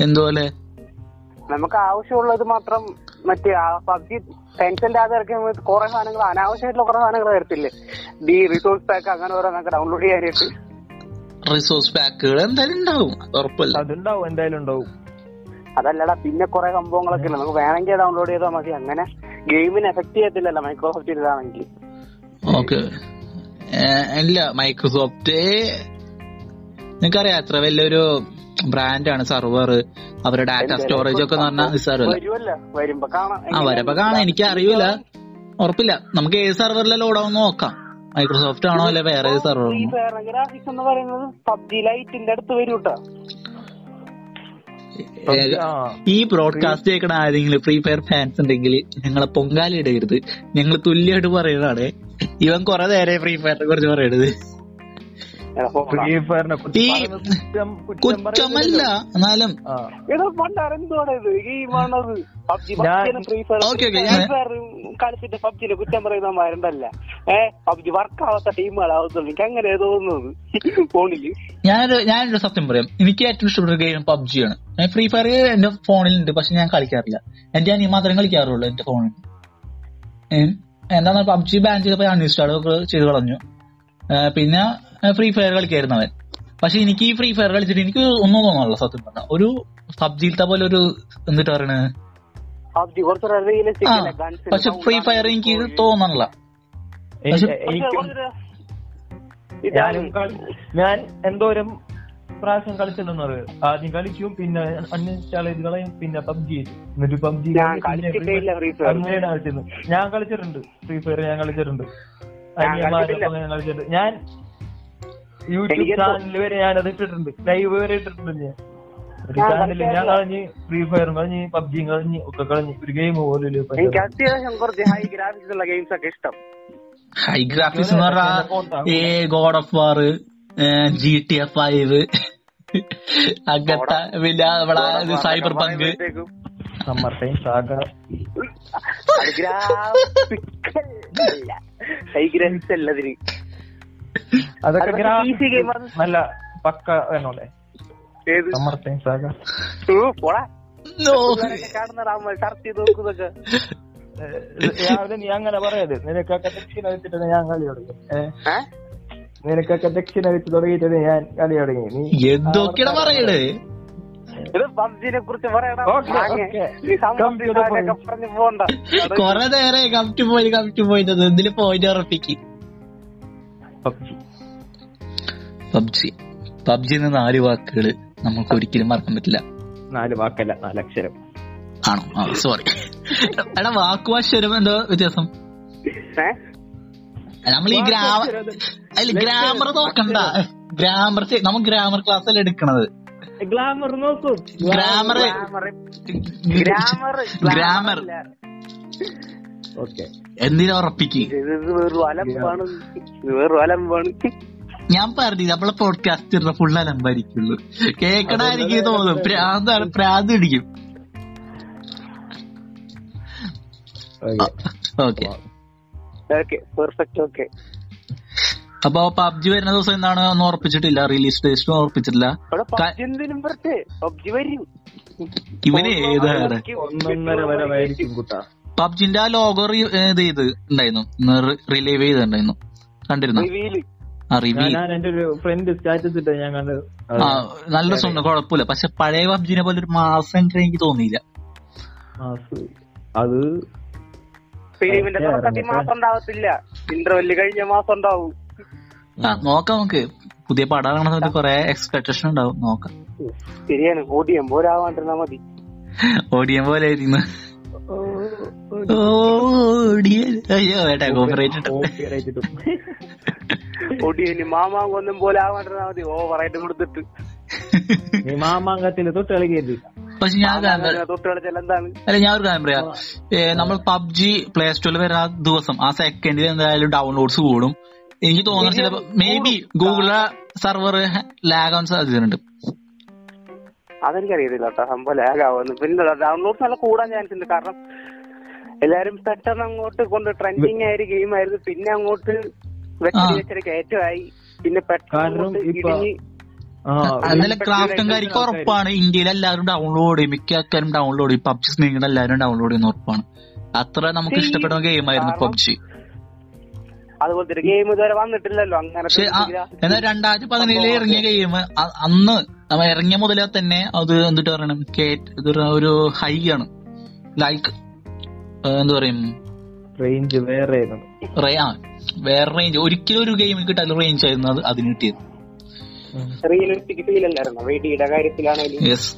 എന്തുപോലെ നമുക്ക് ആവശ്യമുള്ളത് മാത്രം മറ്റേ പബ്ജി ടെൻഷന്റെ അത് ഇറക്കുമ്പോൾ കുറെ സാധനങ്ങൾ അനാവശ്യമായിട്ടുള്ള കുറെ സാധനങ്ങൾ വരത്തില്ലേ ഈ റിസോഴ്സ് പാക്ക് അങ്ങനെ ഓരോന്നൊക്കെ ഡൗൺലോഡ് ചെയ്യാനായിട്ട് റിസോഴ്സ് പാക്കുകൾ എന്തായാലും ഉണ്ടാവും അത് ഉറപ്പല്ല അതുണ്ടാവും എന്തായാലും ഉണ്ടാവും അതല്ലടാ പിന്നെ കുറെ സംഭവങ്ങളൊക്കെ ഇല്ല നമുക്ക് വേണമെങ്കിൽ ഡൗൺലോഡ് ചെയ്താൽ മതി അങ്ങനെ ഗെയിമിന് എഫക്ട് ചെയ്യത്തില്ലല്ലോ മൈക്രോസോഫ്റ്റ് ഇതാണെങ്കിൽ ഓക്കെ ഇല്ല മൈക്രോസോഫ്റ്റ് നിനക്കറിയാം അത്ര വലിയൊരു ബ്രാൻഡാണ് സർവർ അവരുടെ ഡാറ്റ സ്റ്റോറേജ് ഒക്കെ എന്ന് പറഞ്ഞാൽ നിസ്സാരമല്ല വരുമല്ലോ വരുമ്പോ കാണാം ആ വരപ്പ കാണാം എനിക്ക് അറിയില്ല ഉറപ്പില്ല നമുക്ക് ഏത് സർവറിലെ ലോഡാവും നോക്കാം മൈക്രോസോഫ്റ്റ് ആണോ അല്ലെ വേറെ ഏത് സർവർ ഈ ഗ്രാഫിക്സ് എന്ന് പറയുന്നത് പബ്ജി ലൈറ്റിന്റെ അടുത്ത് വരും കേട്ടോ ആ, ഈ ബ്രോഡ്കാസ്റ്റ് കേൾക്കണ ആരെങ്കിലും ഫ്രീ ഫയർ ഫാൻസ് ഉണ്ടെങ്കിൽ ഞങ്ങളെ പൊങ്കാലി ഇടരുത് ഞങ്ങൾ തുല്യമായിട്ട് പറയുന്നതാണ് ഇവൻ കുറെ നേരെ ഫ്രീ ഫയറിനെ കുറിച്ച് പറയണത് Free Fire-നെ കുറിച്ച് ഈ പറയുന്നത് കുറ്റം- കുറ്റം കുറ്റമല്ല എന്നാലും ആ, എടാ പണ്ടാണ് എന്തുവാണ് ഇത് ഗെയിമാണത് പബ്ജി ഞാൻ- ഫ്രീ ഫയർ Okay, okay, ഞാൻ- കളിച്ചിട്ട് പബ്ജിനെ കുറ്റം പറയുന്നവന്മാരുണ്ടല്ല ഏ പബ്ജി വർക്കാവാത്ത ടീമുകളാവത്തുള്ളൂ എനിക്ക് അങ്ങനെ തോന്നുന്നത് ഫോണില് ഞാനൊരു ഞാനൊരു സത്യം പറയാം എനിക്ക് ഏറ്റവും ഇഷ്ടപ്പെട്ട ഗെയിം പബ്ജി ആണ് ഞാൻ ഫ്രീ ഫയർ എന്റെ ഫോണിൽ ഉണ്ട് പക്ഷെ ഞാൻ കളിക്കാറില്ല എന്റെ അനിയൻ മാത്രമേ കളിക്കാറുള്ളൂ എന്റെ ഫോണിൽ എന്താണ് പബ്ജി ബാൻ ചെയ്തപ്പോ അൺഇൻസ്റ്റാൾ ഒക്കെ ചെയ്ത് കളഞ്ഞു ഏ, പിന്നെ ഫ്രീ ഫയർ കളിക്കായിരുന്നു അവൻ പക്ഷെ എനിക്ക് ഈ ഫ്രീ ഫയർ കളിച്ചിട്ട് എനിക്ക് ഒന്നും തോന്നാറില്ല സത്യം പറഞ്ഞാൽ ഒരു പബ്ജിയിലത്തെ പോലെ ഒരു എന്നിട്ട് പറയണേ പബ്ജി കുറച്ചൊരു ആ റിയലിസ്റ്റിക് പക്ഷെ ഫ്രീ ഫയർ എനിക്ക് തോന്നണില്ല എനിക്ക്- പക്ഷെ- എനിക്കും ഞാനും കളി- ഞാൻ എന്തോരം പ്രാവശ്യം കളിച്ചിട്ടുണ്ടെന്ന് അറിയോ ആദ്യം കളിക്കും പിന്നെ അൺഇൻസ്റ്റാൾ ചെയ്ത് കളയും പിന്നെ പബ്ജി എന്നിട്ട് പബ്ജി ഞാൻ കളിച്ചിട്ടേ ഇല്ല ഫ്രീ ഫയർ അങ്ങനെയാണ് കളിച്ചത് ഞാൻ കളിച്ചിട്ടുണ്ട് ഫ്രീ ഫയർ ഞാൻ കളിച്ചിട്ടുണ്ട് ഞാൻ അനിയന്മാരൊപ്പം കളിച്ചിട്ടില്ല. ഞാൻ കളിച്ചിട്ടുണ്ട് ഞാൻ യൂട്യൂബ് എനിക്ക് ചാനൽ വരെ ഞാൻ അത് ഇട്ടിട്ടുണ്ട് ലൈവ് വരെ ഇട്ടിട്ടുണ്ട് ഞാൻ ഒരു ഞാൻ ചാനലിൽ ഞാൻ കളിക്കാറില്ല. കളഞ്ഞ് ഫ്രീ ഫയറും കളഞ്ഞ് പബ്ജിയും കളഞ്ഞ് ഒക്കെ കളഞ്ഞ് ഒരു ഗെയിം പോലും ഇല്ല ഇപ്പൊ എനിക്ക് അത്യാവശ്യം കുറച്ച് ഹൈ ഗ്രാഫിക്സ് ഉള്ള ഗെയിംസ് ഒക്കെ ഇഷ്ടം ഹൈ ഗ്രാഫിക്സ് എന്ന് പറഞ്ഞാൽ ഈ God of War G T F five അങ്ങനത്തെ വലിയ ഇവിടെ Cyberpunk summer time saga സൈഗ്രൻസ് അല്ലതിന് അതൊക്കെ അത് graphics PC game ആണ്. നല്ല പക്ക വേണോടെ ഏത് സമ്മർ ടൈം സാഗ ഓ, പോടാ No. ഇതൊക്കെ കാണുന്ന റാമ ചർച്ച ചെയ്ത് നോക്കുന്നൊക്കെ രാവിലെ നീ അങ്ങനെ പറയരുത് നിനക്കൊക്കെ ദക്ഷിണ വെച്ചിട്ട് ഞാൻ കളി തുടങ്ങി ഏ? ഏ? നിനക്കൊക്കെ ദക്ഷിണ വെച്ച് തുടങ്ങിയിട്ടാണ് ഞാൻ കളി തുടങ്ങി നീ എന്തൊക്കെയാണ് പറയണേ ഇത് പബ്ജിനെ കുറിച്ച് പറയണം Okay, okay. Computer point. പറഞ്ഞു പോണ്ട അത് കൊറേ നേരെ കമ്മിറ്റ് പോയി കമ്മിറ്റ് പോയിട്ട് എന്തില് പോയിന്റ് ഉറപ്പിക്ക് പബ്ജി പബ്ജി പബ്ജി എന്ന നാല് വാക്കുകള് നമുക്ക് ഒരിക്കലും മറക്കാൻ പറ്റില്ല നാല് വാക്കല്ല നാലക്ഷരം ആണോ ആ സോറി എടാ വാക്കുവാശ് വരുമ്പോ എന്തോ വ്യത്യാസം ഏ? നമ്മൾ ഈ ഗ്രാമ അതിൽ ഗ്രാമർ നോക്കണ്ട ഗ്രാമർ നമുക്ക് ഗ്രാമർ ക്ലാസ് അല്ലേ എടുക്കണത് ഗ്ലാമർ നോക്കൂ ഗ്രാമർ Grammar. Grammar. ഗ്രാമർ ഇല്ല. ഓക്കെ എന്തിനാ ഉറപ്പിക്ക് ഇത് ഇത് വെറും അലമ്പാണ് ഇത് വെറും അലമ്പാണ് ഞാൻ പറഞ്ഞു നമ്മളെ പോഡ്കാസ്റ്റ് ഫുൾ അലമ്പായിരിക്കുള്ളൂ കേക്കടാ എനിക്ക് തോന്നും പ്രാന്താണ് പ്രാന്ത് പിടിക്കും ഓക്കെ ഓക്കെ പെർഫെക്റ്റ് ഓക്കെ അപ്പൊ പബ്ജി വരുന്ന ദിവസം എന്താണ് ഒന്നും ഉറപ്പിച്ചിട്ടില്ല റിലീസ് ഡേറ്റ് ഉറപ്പിച്ചിട്ടില്ല ഇവിടെ ക- പബ്ജി എന്തിനും പറട്ടെ പബ്ജി വരും ഇവന് ഏതാണ് ഒന്നൊന്നര വരെ വയറിക്കും കൂട്ടാ പബ്ജിന്റെ ആ ലോഗോ ഇത് ചെയ്ത് ഉണ്ടായിരുന്നു റിലീവ് ചെയ്തിട്ടുണ്ടായിരുന്നു കണ്ടിരുന്നു റിവീല് ആ റിവ്യൂ ഞാൻ എന്റെ ഒരു ഫ്രണ്ട് സ്റ്റാറ്റസ് ഇട്ട ഞാൻ കണ്ടത് ആ നല്ല രസമുണ്ട് കുഴപ്പമില്ല പക്ഷെ പഴയ പബ്ജിനെ പോലെ ഒരു മാസം എനിക്ക് തോന്നിയില്ല അത് ഫിലിമിന്റെ ഏ, തുടക്കത്തിൽ ഇറങ്ങട്ടെ. മാസം ഉണ്ടാവത്തില്ല ഇന്റർവെല് കഴിഞ്ഞ മാസം ഉണ്ടാവും ആ നോക്കാം നമുക്ക് പുതിയ പടം ഇറങ്ങണ സമയത്ത് കൊറേ എക്സ്പെക്ടേഷൻ ഉണ്ടാവും നോക്കാം ശരിയാണ് ഓടിയം പോരാവാണ്ടിരുന്നാ <laughs> മതി ഓടിയൻ പോലെ ആയിരുന്നു ഓടിയൻ അയ്യോ വേണ്ട കോപ്പറേറ്റ് ഇട്ടു copyright <laughs> ഇട്ടു. ഒടിയന് മാമാങ്കൊന്നും പോലെ ആവാണ്ടിരുന്നാ മതി ഓവറായിട്ട് കൊടുത്തിട്ട് നീ മാമാങ്കത്തിന് തൊട്ട് കളിക്കരുത് പക്ഷെ ഞാൻ ഒരു കാര്യം- തൊട്ട് കളിച്ചാൽ എന്താണ് അല്ല ഞാൻ ഒരു കാര്യം പറയാം ഏ, നമ്മൾ പബ്ജി പ്ലേ സ്റ്റോറിൽ വരുന്ന ആ ദിവസം ആ സെക്കൻഡിൽ എന്തായാലും ഡൗൺലോഡ്സ് കൂടും എനിക്ക് തോന്നുന്നു ചിലപ്പോ മേ ബി ഗൂഗിളിലെ സെർവർ ലാഗ് ആവാൻ സാധ്യതയുണ്ട് അതെനിക്കറിയത്തില്ല കേട്ടോ സംഭവം ലാഗാവുന്നു പിന്നെ ഡൗൺലോഡ് നല്ല കൂടാൻ ചാൻസ് ഉണ്ട് കാരണം എല്ലാരും പെട്ടെന്ന് അങ്ങോട്ട് കൊണ്ട് ട്രെൻഡിങ് ആയ ഒരു game ആയിരുന്നു പിന്നെ അങ്ങോട്ട് വെച്ചടി ആ. വെച്ചടി കയറ്റമായി പിന്നെ പെട്ടെന്ന് കാരണം അങ്ങോട്ട് ഇപ്പൊ- ഇടിഞ്ഞ് ആ അന്നല്ല ക്രാഫ്റ്റം കാരിക്ക് ഉറപ്പാണ് ഇന്ത്യയിൽ എല്ലാവരും ഡൗൺലോഡ് ചെയ്യും മിക്ക ആൾക്കാരും ഡൗൺലോഡ് ചെയ്യും പബ്ജി സ്നേഹിക്കുന്ന എല്ലാവരും ഡൗൺലോഡ് ചെയ്യുന്ന ഉറപ്പാണ് അത്ര നമുക്ക് ഇഷ്ടപ്പെടുന്ന ഗെയിം ആയിരുന്നു പബ്ജി അതുപോലത്തെ ഒരു ഗെയിം ഇതുവരെ വന്നിട്ടില്ലല്ലോ അങ്ങനെ പക്ഷെ എന്നാൽ രണ്ടായിരത്തി പതിനേഴില് ഇറങ്ങിയ ഗെയിം അന്ന് നമ്മ ഇറങ്ങിയ മുതലേ തന്നെ അത് എന്തിട്ട് പറയണം കേറ്റ് ഇതൊരു ഒരു ഹൈ ആണ് ലൈക്ക് എന്താ പറയും റേഞ്ച് വേറെ ആയിരുന്നു റേ- ആ, വേറെ റേഞ്ച് ഒരിക്കലും ഒരു ഗെയിമിൽ കിട്ടാത്ത റേഞ്ച് ആയിരുന്നു അത് അതിന് കിട്ടിയത് റിയലിസ്റ്റിക് ഫീൽ അല്ലായിരുന്നു വെടിയുടെ കാര്യത്തിലാണെങ്കിലും യെസ്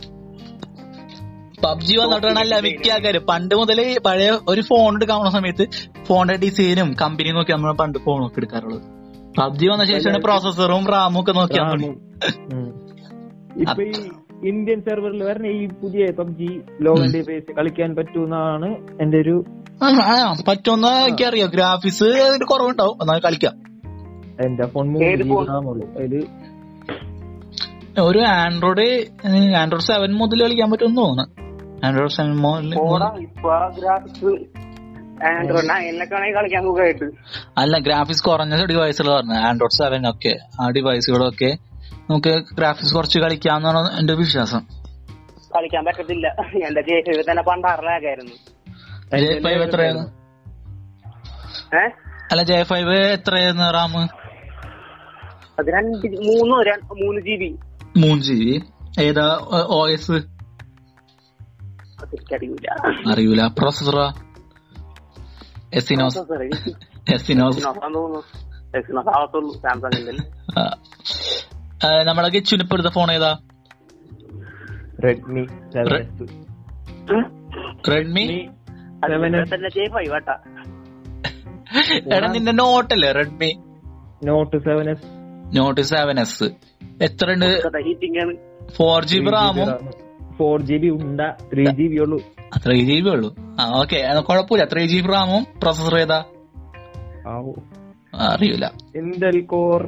പബ്ജി വന്നിട്ടാണല്ല മിക്ക ആൾക്കാര് പണ്ട് മുതലേ പഴയ ഒരു ഫോൺ എടുക്കാൻ പോണ സമയത്ത് ഫോണിന്റെ ഡിസൈനും കമ്പനി നോക്കി നമ്മൾ പണ്ട് ഫോൺ ഒക്കെ എടുക്കാറുള്ളത് പബ്ജി വന്ന ശേഷമാണ് പ്രോസസറും റാമും ഒക്കെ നോക്കിയാൽ മതി ഉം. ഇപ്പൊ ഈ ഇന്ത്യൻ സെർവറിൽ വരുന്ന ഈ പുതിയ പബ്ജി ലോകന്റെ ബേസ് കളിക്കാൻ പറ്റൂന്നാണ് എന്റെ ഒരു ആ, ആ, പറ്റുമെന്ന് എനിക്കറിയാം ഗ്രാഫിക്സ് അതിന് കുറവുണ്ടാവും എന്നാൽ കളിക്കാം എന്റെ ഫോൺ ഏത് phone? മൂന്നാമുള്ളൂ അതില് ഒരു ആൻഡ്രോയിഡ് ആൻഡ്രോയിഡ് സെവൻ മുതൽ കളിക്കാൻ പറ്റുമെന്ന് തോന്നുന്നു ആൻഡ്രോയിഡ് സെവൻ മുതൽ ഓടാ ഇപ്പൊ ഗ്രാഫിക്സ് ആൻഡ്രോയിഡ് നയനിലൊക്കെ ആണെങ്കിൽ കളിക്കാൻ സുഖമായിട്ട് അല്ല ഗ്രാഫിക്സ് കുറഞ്ഞ ഡിവൈസുകൾ പറഞ്ഞു ആൻഡ്രോയിഡ് സെവൻ ഒക്കെ ആ ഡിവൈസുകളൊക്കെ നമുക്ക് ഗ്രാഫിക്സ് കുറച്ച് കളിക്കാമെന്നാണ് എന്റെ വിശ്വാസം കളിക്കാൻ പറ്റത്തില്ല എന്റെ ചേച്ചി തന്നെ പണ്ടാറിലാകായിരുന്നു ജെ ഫൈവ് എത്രയാണ് ഏഹ് അല്ല ജെ ഫൈവ് എത്രയായിരുന്നു റാം അത് രണ്ട് മൂന്ന് മൂന്ന് ജി ബി മൂന്ന് ജി ബി ഏതാ ഒ എസ് അതെനിക്കറിയില്ല അറിയൂല പ്രോസസറ എസിനോസ് Processor എനിക്ക് എസിനോസ് Exynos ആണെന്ന് തോന്നുന്നു. Exynos ആവത്തുള്ളൂ സാംസങ്ങിന്റെ ആ. ആ, നമ്മളെ കിച്ചുനിപ്പെടുത്ത ഫോൺ ഏതാ റെഡ്മി Re- റെഡ്മി തന്നെ ജെ ഫൈവ് കേട്ടാ എടാ നിന്റെ നോട്ട് അല്ലേ Redmi note seven S note seven S എത്ര ഉണ്ട് കഥ ഹീറ്റിംഗ് ആണ് ഫോർ ജി ബി റാമും ഫോർ ജി ബി ഉണ്ട ത്രീ ജി ബി ഉള്ളു ത്രീ ജി ബി ഉള്ളു ആ ഓക്കെ കുഴപ്പമില്ല ത്രീ ജി ബി റാമും പ്രോസസർ ഏതാ അറിയൂല ഇന്റൽ കോർ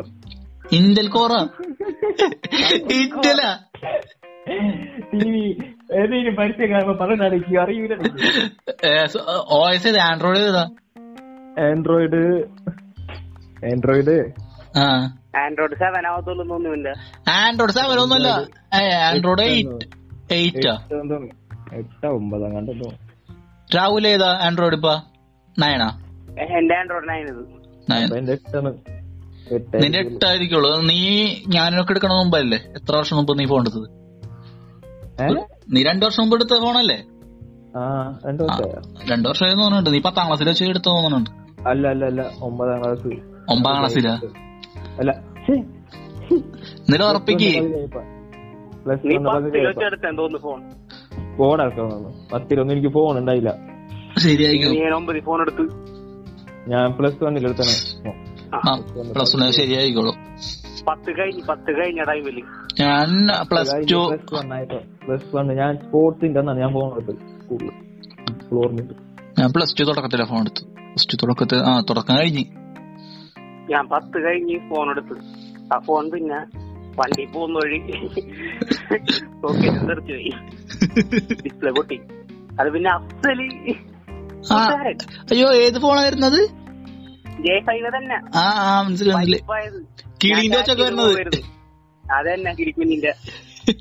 ഇന്ത്യൽ കോറ ഇന്ത്യല ടി വി ഏതെങ്കിലും പരസ്യം കാണുമ്പോ പറഞ്ഞാണെങ്കിൽ അറിയൂല ഓ എസ് ഏത് ആൻഡ്രോയിഡ് ഏതാ ആൻഡ്രോയിഡ് ആൻഡ്രോയിഡ് ആ ആൻഡ്രോയിഡ് സെവൻ ആവത്തുള്ളൂ തോന്നുന്നില്ല ആൻഡ്രോയിഡ് സെവൻ ഒന്നുമല്ല ആൻഡ്രോയിഡ് എയ്റ്റ് എയ്റ്റാ എട്ടോ ഒമ്പതാ കണ്ടോ രാഹുൽ ഏതാ ആൻഡ്രോയിഡ് ഇപ്പൊ നയനാ എന്റെ ആൻഡ്രോയിഡ് നയൻ ഇത് നയൻ എന്റെ എട്ടാണ് നിന്റെ എട്ടായിരിക്കുള്ളൂ നീ ഞാനൊക്കെ എടുക്കണ മുമ്പല്ലേ എത്ര വർഷം മുമ്പ് നീ ഫോൺ എടുത്തത് നീ രണ്ടു വർഷം മുമ്പ് എടുത്ത ഫോണല്ലേ ആ രണ്ടു വർഷമായോ രണ്ടു വർഷം ആയെന്ന് തോന്നുന്നുണ്ട് നീ പത്താം ക്ലാസ്സിൽ വെച്ച് എടുത്ത തോന്നുന്നുണ്ട് അല്ല അല്ല അല്ല ഒമ്പതാം ക്ലാസ് ഒമ്പതാം ക്ലാസ്സിലാ അല്ല ശ്ശേ, എന്നിട്ട് ഉറപ്പിക്ക് പ്ലസ് നീ വൺ പകുതി പത്തിലൊക്കെ ആയപ്പോ. എടുത്തേ തോന്നുന്നു ഫോൺ ഫോൺ ആക്കാൻ വന്നു പത്തിലൊന്നും എനിക്ക് ഫോൺ ഉണ്ടായില്ല ശരിയായിരിക്കും നീ ഒമ്പത് ഫോൺ എടുത്ത് ഞാൻ പ്ലസ് വണ്ണിൽ എടുത്താണ് ആ പ്ലസ് വൺ ശരിയായിക്കോളൂ പത്ത് കഴിഞ്ഞ് പത്ത് കഴിഞ്ഞ ടൈമില് ഞാൻ പ്ലസ് ടു പ്ലസ് വൺ ആയപ്പോ പ്ലസ് വൺ ഞാൻ സ്പോർട്സിന്റെ അന്നാണ് ഞാൻ ഫോൺ എടുത്തത് സ്കൂളിൽ ഫ്ലോറിനിട്ട് ഞാൻ പ്ലസ് ടു തുടക്കത്തില ഫോൺ എടുത്തു പ്ലസ് ടു തുടക്കത്തിൽ ആ തുടക്കം കഴിഞ്ഞ് ഞാൻ പത്ത് കഴിഞ്ഞ് ഫോൺ എടുത്ത് ആ ഫോൺ പിന്നെ വണ്ടി പോകുന്ന വഴി ഓക്കെ തെറിച്ചു പോയി ഡിസ്പ്ലേ പൊട്ടി അത് പിന്നെ അഫ്സലി ആ അയ്യോ ഏത് ഫോണായിരുന്നു അത് ജെ ഫൈവ് തന്നെ ആ ആ മനസ്സിലായി മനസ്സിലായി വൈപ്പായത്. കിളീന്റെ ഞാൻ ഒച്ചയൊക്കെ കാര്യം വരുന്നത്. പോകരുത്. അതന്നെ കിരിക്കുഞ്ഞിന്റെ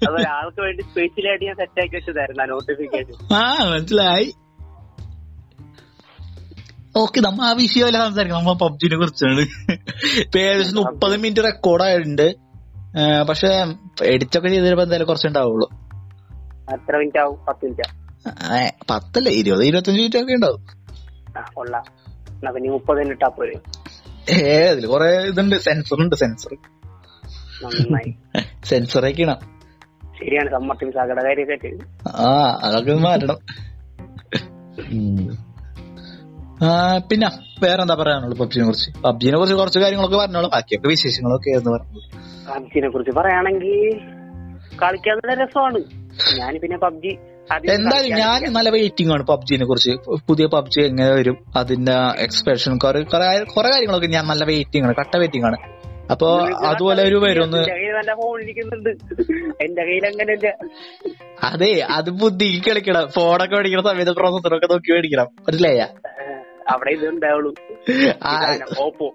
അത് ഒരാൾക്ക് വേണ്ടി സ്പെഷ്യലായിട്ട് ഞാൻ സെറ്റ് ആക്കി വെച്ചതായിരുന്നു ആ നോട്ടിഫിക്കേഷൻ ആ മനസ്സിലായി ഓക്കെ നമ്മ ആ വിഷയമല്ല സംസാരിക്കണം നമ്മ പബ്ജിനെ കുറിച്ചാണ് ഇപ്പൊ ഏകദേശം മുപ്പത് മിനിറ്റ് റെക്കോർഡ് ആയിട്ടുണ്ട് ഏ, പക്ഷെ എഡിറ്റൊക്കെ ചെയ്ത് തരുമ്പോ എന്തായാലും കുറച്ചുണ്ടാവുള്ളൂ എത്ര മിനിറ്റ് ആവും പത്ത് മിനിറ്റ് ഏ, പത്തല്ല ഇരുപത് ഇരുപത്തഞ്ച് മിനിറ്റ് ഒക്കെ ഉണ്ടാവും ആ കൊള്ളാം എന്നാ പിന്നെ മുപ്പത് മിനിറ്റ് ഇട്ടാ പോരെ ഏ അതില് കൊറേ ഇതുണ്ട് സെൻസർ ഉണ്ട് സെൻസർ നന്നായി സെൻസർ ഒക്കെ ഇടാം ശരിയാണ് സമ്മർദ്ദം സകട കാര്യമൊക്കെ ആ അതൊക്കെ ഒന്ന് മാറ്റണം ആ, പിന്നെ വേറെന്താ പറയാനുള്ളൂ പബ്ജിനെ കുറിച്ച് പബ്ജിനെ കുറിച്ച് കുറച്ച് കാര്യങ്ങളൊക്കെ പറഞ്ഞോളൂ ബാക്കിയൊക്കെ വിശേഷങ്ങളൊക്കെ എന്ന് പറഞ്ഞു പബ്ജിനെ കുറിച്ച് പറയുകയാണെങ്കിൽ കളിക്കാൻ നല്ല രസമാണ് ഞാൻ പിന്നെ പബ്ജി എന്തായാലും ഞാൻ നല്ല വെയിറ്റിംഗ് ആണ് പബ്ജിനെ കുറിച്ച് പുതിയ പബ്ജി എങ്ങനെ വരും അതിന്റെ എക്സ്പ്രഷൻ കുറെ കുറെ കാര്യങ്ങളൊക്കെ ഞാൻ നല്ല വെയിറ്റിംഗ് ആണ് കട്ട വെയിറ്റിംഗ് ആണ് അപ്പൊ അതുപോലെ ഒരു വരുമെന്ന് എന്റെ കയ്യിൽ നല്ല ഫോൺ ഇരിക്കുന്നുണ്ട് എന്റെ കയ്യിൽ അങ്ങനെ ഇല്ല. അതെ അത് ബുദ്ധിക്ക് കളിക്കണം ഫോണൊക്കെ മേടിക്കണ സമയത്ത് പ്രോസസറൊക്കെ നോക്കി മേടിക്കണം മനസ്സിലായ ഏഹ്, അവിടെ ഇത് ഉണ്ടാവുള്ളൂ ആ ഇതാണ് ഓപ്പോ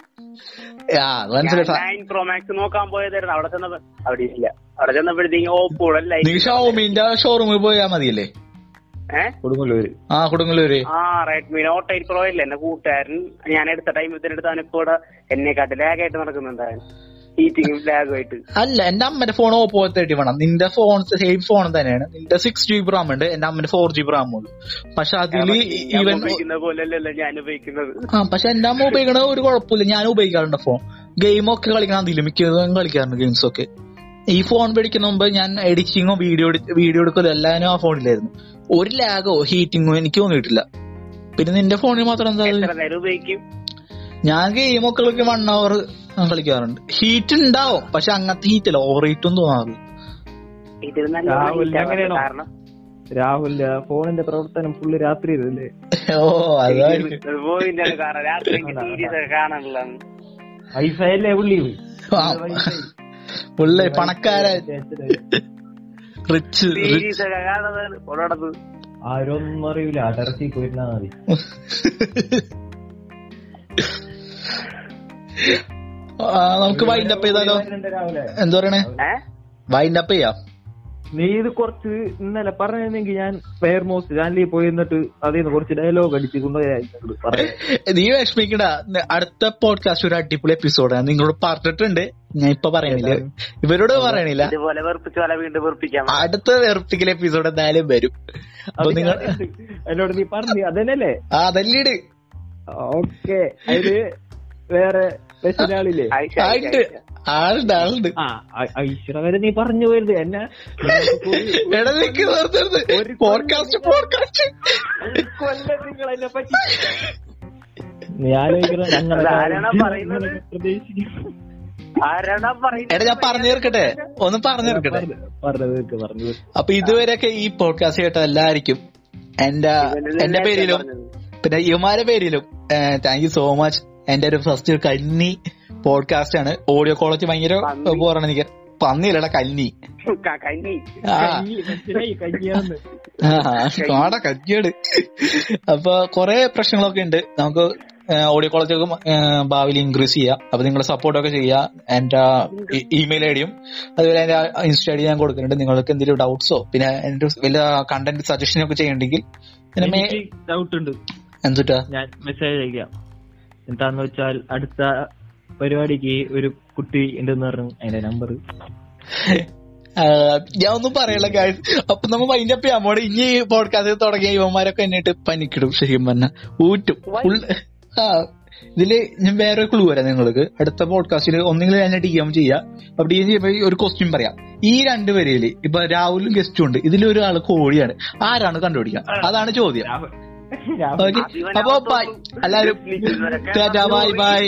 ആ, അത് മനസ്സിലായി നയൻ പ്രോ മാക്സ് നോക്കാൻ പോയതായിരുന്നു അവിടെ ചെന്നപ്പോ അവിടെ ഇല്ല അവിടെ ചെന്നപ്പോഴത്തേക്ക് ഓപ്പോടല്ല നീ ഷോമിന്റെ ഷോറൂമിൽ പോയാ മതിയല്ലേ ഏഹ് കൊടുങ്ങല്ലൂര് ആ കൊടുങ്ങല്ലൂര് ആ റെഡ്മി നോട്ട് എയ്റ്റ് പ്രോ ഇല്ല എന്റെ കൂട്ടുകാരൻ ഞാൻ എടുത്ത ടൈം ഇതിനെടുത്ത് അവൻ ഇപ്പോ ഇവിടെ എന്നെക്കാട്ട് ലാഗായിട്ട് നടക്കുന്നുണ്ട് അവൻ ഹീറ്റിംഗും ലാഗുമായിട്ട് അല്ല എന്റെ അമ്മന്റെ ഫോൺ ഓപ്പോ തേർട്ടി വേണം നിന്റെ ഫോൺ സെയിം ഫോൺ തന്നെയാണ് നിന്റെ സിക്സ് ജി ബി റാം ഉണ്ട് എന്റെ അമ്മന്റെ ഫോർ ജി ബി റാം ഉള്ളൂ പക്ഷെ അതില് ഞാൻ ഈവൻ ഉപയോഗിക്കുന്ന പോലെയല്ലല്ലോ ഞാൻ ഉപയോഗിക്കുന്നത് ആ പക്ഷെ എന്റെ അമ്മ ഉപയോഗിക്കണത് ഒരു കുഴപ്പമില്ല ഞാൻ ഉപയോഗിക്കാറുണ്ട് ഫോൺ ഗെയിമൊക്കെ കളിക്കണം അതില് മിക്കതും കളിക്കാറുണ്ട് ഗെയിംസ് ഒക്കെ ഈ ഫോൺ മേടിക്കുന്ന മുമ്പ് ഞാൻ എഡിറ്റിങ്ങോ വീഡിയോ വീഡിയോ എടുക്കലോ എല്ലാവരും ആ ഫോണിലായിരുന്നു ഒരു ലാഗോ ഹീറ്റിങ്ങോ എനിക്ക് തോന്നിയിട്ടില്ല പിന്നെ നിന്റെ ഫോണിൽ മാത്രം എന്താ ഇത്? എത്ര നേരം ഉപയോഗിക്കും ഞാൻ ഗെയിമൊക്കെ കളിക്കും വൺ അവർ കളിക്കാറുണ്ട് ഹീറ്റ് ഉണ്ടാവും പക്ഷെ അങ്ങനത്തെ ഹീറ്റ് അല്ല ഓവർ ഹീറ്റും തോന്നാറില്ല ഇതിൽ നല്ല രാഹുലിന് heat ആണ് അങ്ങനെയാണോ? കാരണം രാഹുലിന്റെ ഫോണിന്റെ പ്രവർത്തനം ഫുള്ള് രാത്രി ഇതല്ലേ ഓ അതായിരിക്കും ഇത് പോയിന്റെ ആണ് കാരണം രാത്രി എനിക്ക് സീരീസ് ഒക്കെ കാണാനുള്ള ഐഫൈ അല്ലേ <laughs> പുള്ളി ആ, പുള്ളി പണക്കാരൻ റിച്ച് റിച്ച് സീരീസ് ഒക്കെ കാണുന്നത് ഉള്ളടത്ത് ആരൊന്നും അറിയില്ല അടർത്തി പോയിരുന്നാ മതി ആ, നമുക്ക് വൈൻഡ് അപ്പ് ചെയ്താലോ രാവിലെ എന്താ പറയണേ ഏഹ് വൈൻഡ് അപ്പ് ചെയ്യാം നീ ഇത് കുറച്ച് ഇന്നലെ പറഞ്ഞിരുന്നെങ്കിൽ ഞാൻ ഫെയർമോസ് ചാനലിൽ പോയി എന്നിട്ട് അതിൽ നിന്ന് കുറച്ച് ഡയലോഗ് അടിച്ച് കൊണ്ടുപോയി പറയാം നീ വിഷമിക്കണ്ട ന- അടുത്ത പോഡ്കാസ്റ്റ് ഒരു അടിപൊളി എപ്പിസോഡാണ് നിങ്ങളോട് പറഞ്ഞിട്ടുണ്ട് ഞാൻ ഇപ്പൊ പറയണില്ല ഇവരോട് പറയണില്ല ഇതുപോലെ വെറുപ്പിച്ച് പോലെ വീണ്ടും വെറുപ്പിക്കാം അടുത്ത വെറുപ്പിക്കൽ എപ്പിസോഡ് എന്തായാലും വരും അപ്പൊ നിങ്ങൾ എന്നോട് നീ പറഞ്ഞു അതന്നെയല്ലേ ആ അതല്ലീട് ഓക്കെ അതില് വേറെ സ്പെഷ്യലാളില്ലേ ആയിഷ, ആയിഷ, ആളുണ്ട് ആയിഷ. ആളുണ്ട് ആളുണ്ട് ആ ഐശ്വര വരെ നീ പറഞ്ഞു പോയത് എന്നെ എടാ നിക്ക് നിർത്തരുത് ഒരു പോഡ്കാസ്റ്റ് പോഡ്കാസ്റ്റ് കൊല്ലം നിങ്ങൾ എന്നെ പറ്റി <laughs> നീ ആലോചിക്കണം ഞങ്ങളുടെ അതാരാണ് കാര്യം. പറയുന്നത്? പ്രതീക്ഷിക്കുന്നു. ആരാടാ എടാ ഞാൻ പറഞ്ഞു തീർക്കട്ടെ ഒന്ന് പറഞ്ഞു തീർക്കട്ടെ പറഞ്ഞ് പറഞ്ഞ് തീർക്ക്, പറഞ്ഞ് തീർക്ക്. അപ്പൊ ഇതുവരെയൊക്കെ ഈ പോഡ്കാസ്റ്റ് കേട്ട എല്ലാവർക്കും എന്റെ എന്റെ പേരിലും പറയുന്നത് പിന്നെ ഇവമാരെ പേരിലും താങ്ക് യു സോ മച്ച് എന്റെ ഒരു ഫസ്റ്റ് കന്നി പോഡ്കാസ്റ്റ് ആണ് ഓഡിയോ ക്വാളിറ്റി ഭയങ്കര പന്നി. പോറാണ് എനിക്ക് പന്നിയിലട കന്നി ക- കന്നി ആ ആ, കാട കജ്ജിയാണ് അപ്പൊ കൊറേ പ്രശ്നങ്ങളൊക്കെ ഉണ്ട് നമുക്ക് ഓഡിയോ കോളേജ് ഒക്കെ ഏഹ്, ഭാവിയിൽ ഇൻക്രീസ് ചെയ്യാം അപ്പൊ നിങ്ങളുടെ സപ്പോർട്ടൊക്കെ ചെയ്യുക എന്റെ ഇമെയിൽ ഐ ഡിയും അതുപോലെ എന്റെ ഇൻസ്റ്റാ ഐ ഞാൻ കൊടുക്കുന്നുണ്ട് നിങ്ങൾക്ക് എന്തെങ്കിലും ഡൗട്ട്സോ പിന്നെ എന്റെ വലിയ കണ്ടന്റ് സജഷൻ ഒക്കെ ചെയ്യണ്ടെങ്കിൽ പിന്നെ മേ- ഡൗട്ട് ഉണ്ട് എന്തുട്ടാ ഞാൻ മെസ്സേജ് അയക്കാം എന്താന്ന് വെച്ചാൽ അടുത്ത പരിപാടിക്ക് ഒരു കുട്ടി ഉണ്ടെന്ന് പറഞ്ഞു അതിന്റെ നമ്പർ ആഹ്, ഞാൻ ഒന്നും പറയല guys അപ്പൊ നമ്മ അതിന്റെ അപ്പൊ അമ്മോട് ഇനി പോഡ്കാസ്റ്റ് തുടങ്ങിയ യുവന്മാരൊക്കെ എന്നിട്ട് പനിക്കിടും ശരിക്കും പറഞ്ഞ ഊറ്റും ഫുൾ ആ ഇതില് ഞാൻ വേറെ ക്ലൂ വരാം നിങ്ങൾക്ക് അടുത്ത പോഡ്കാസ്റ്റിൽ ഒന്നെങ്കിൽ എന്നെ ഡി എം ചെയ്യാം അപ്പൊ ഡി എം ചെയ്യുമ്പോൾ ഒരു ക്വസ്റ്റ്യൻ പറയാം ഈ രണ്ടുപേരില് ഇപ്പൊ രാഹുലും ഗസ്റ്റും ഉണ്ട് ഇതിലൊരാൾ കോഴിയാണ് ആരാണ് കണ്ടുപിടിക്കുക അതാണ് ചോദ്യം ഓക്കെ അപ്പൊ ബൈ എല്ലാവരും ബൈ ബൈ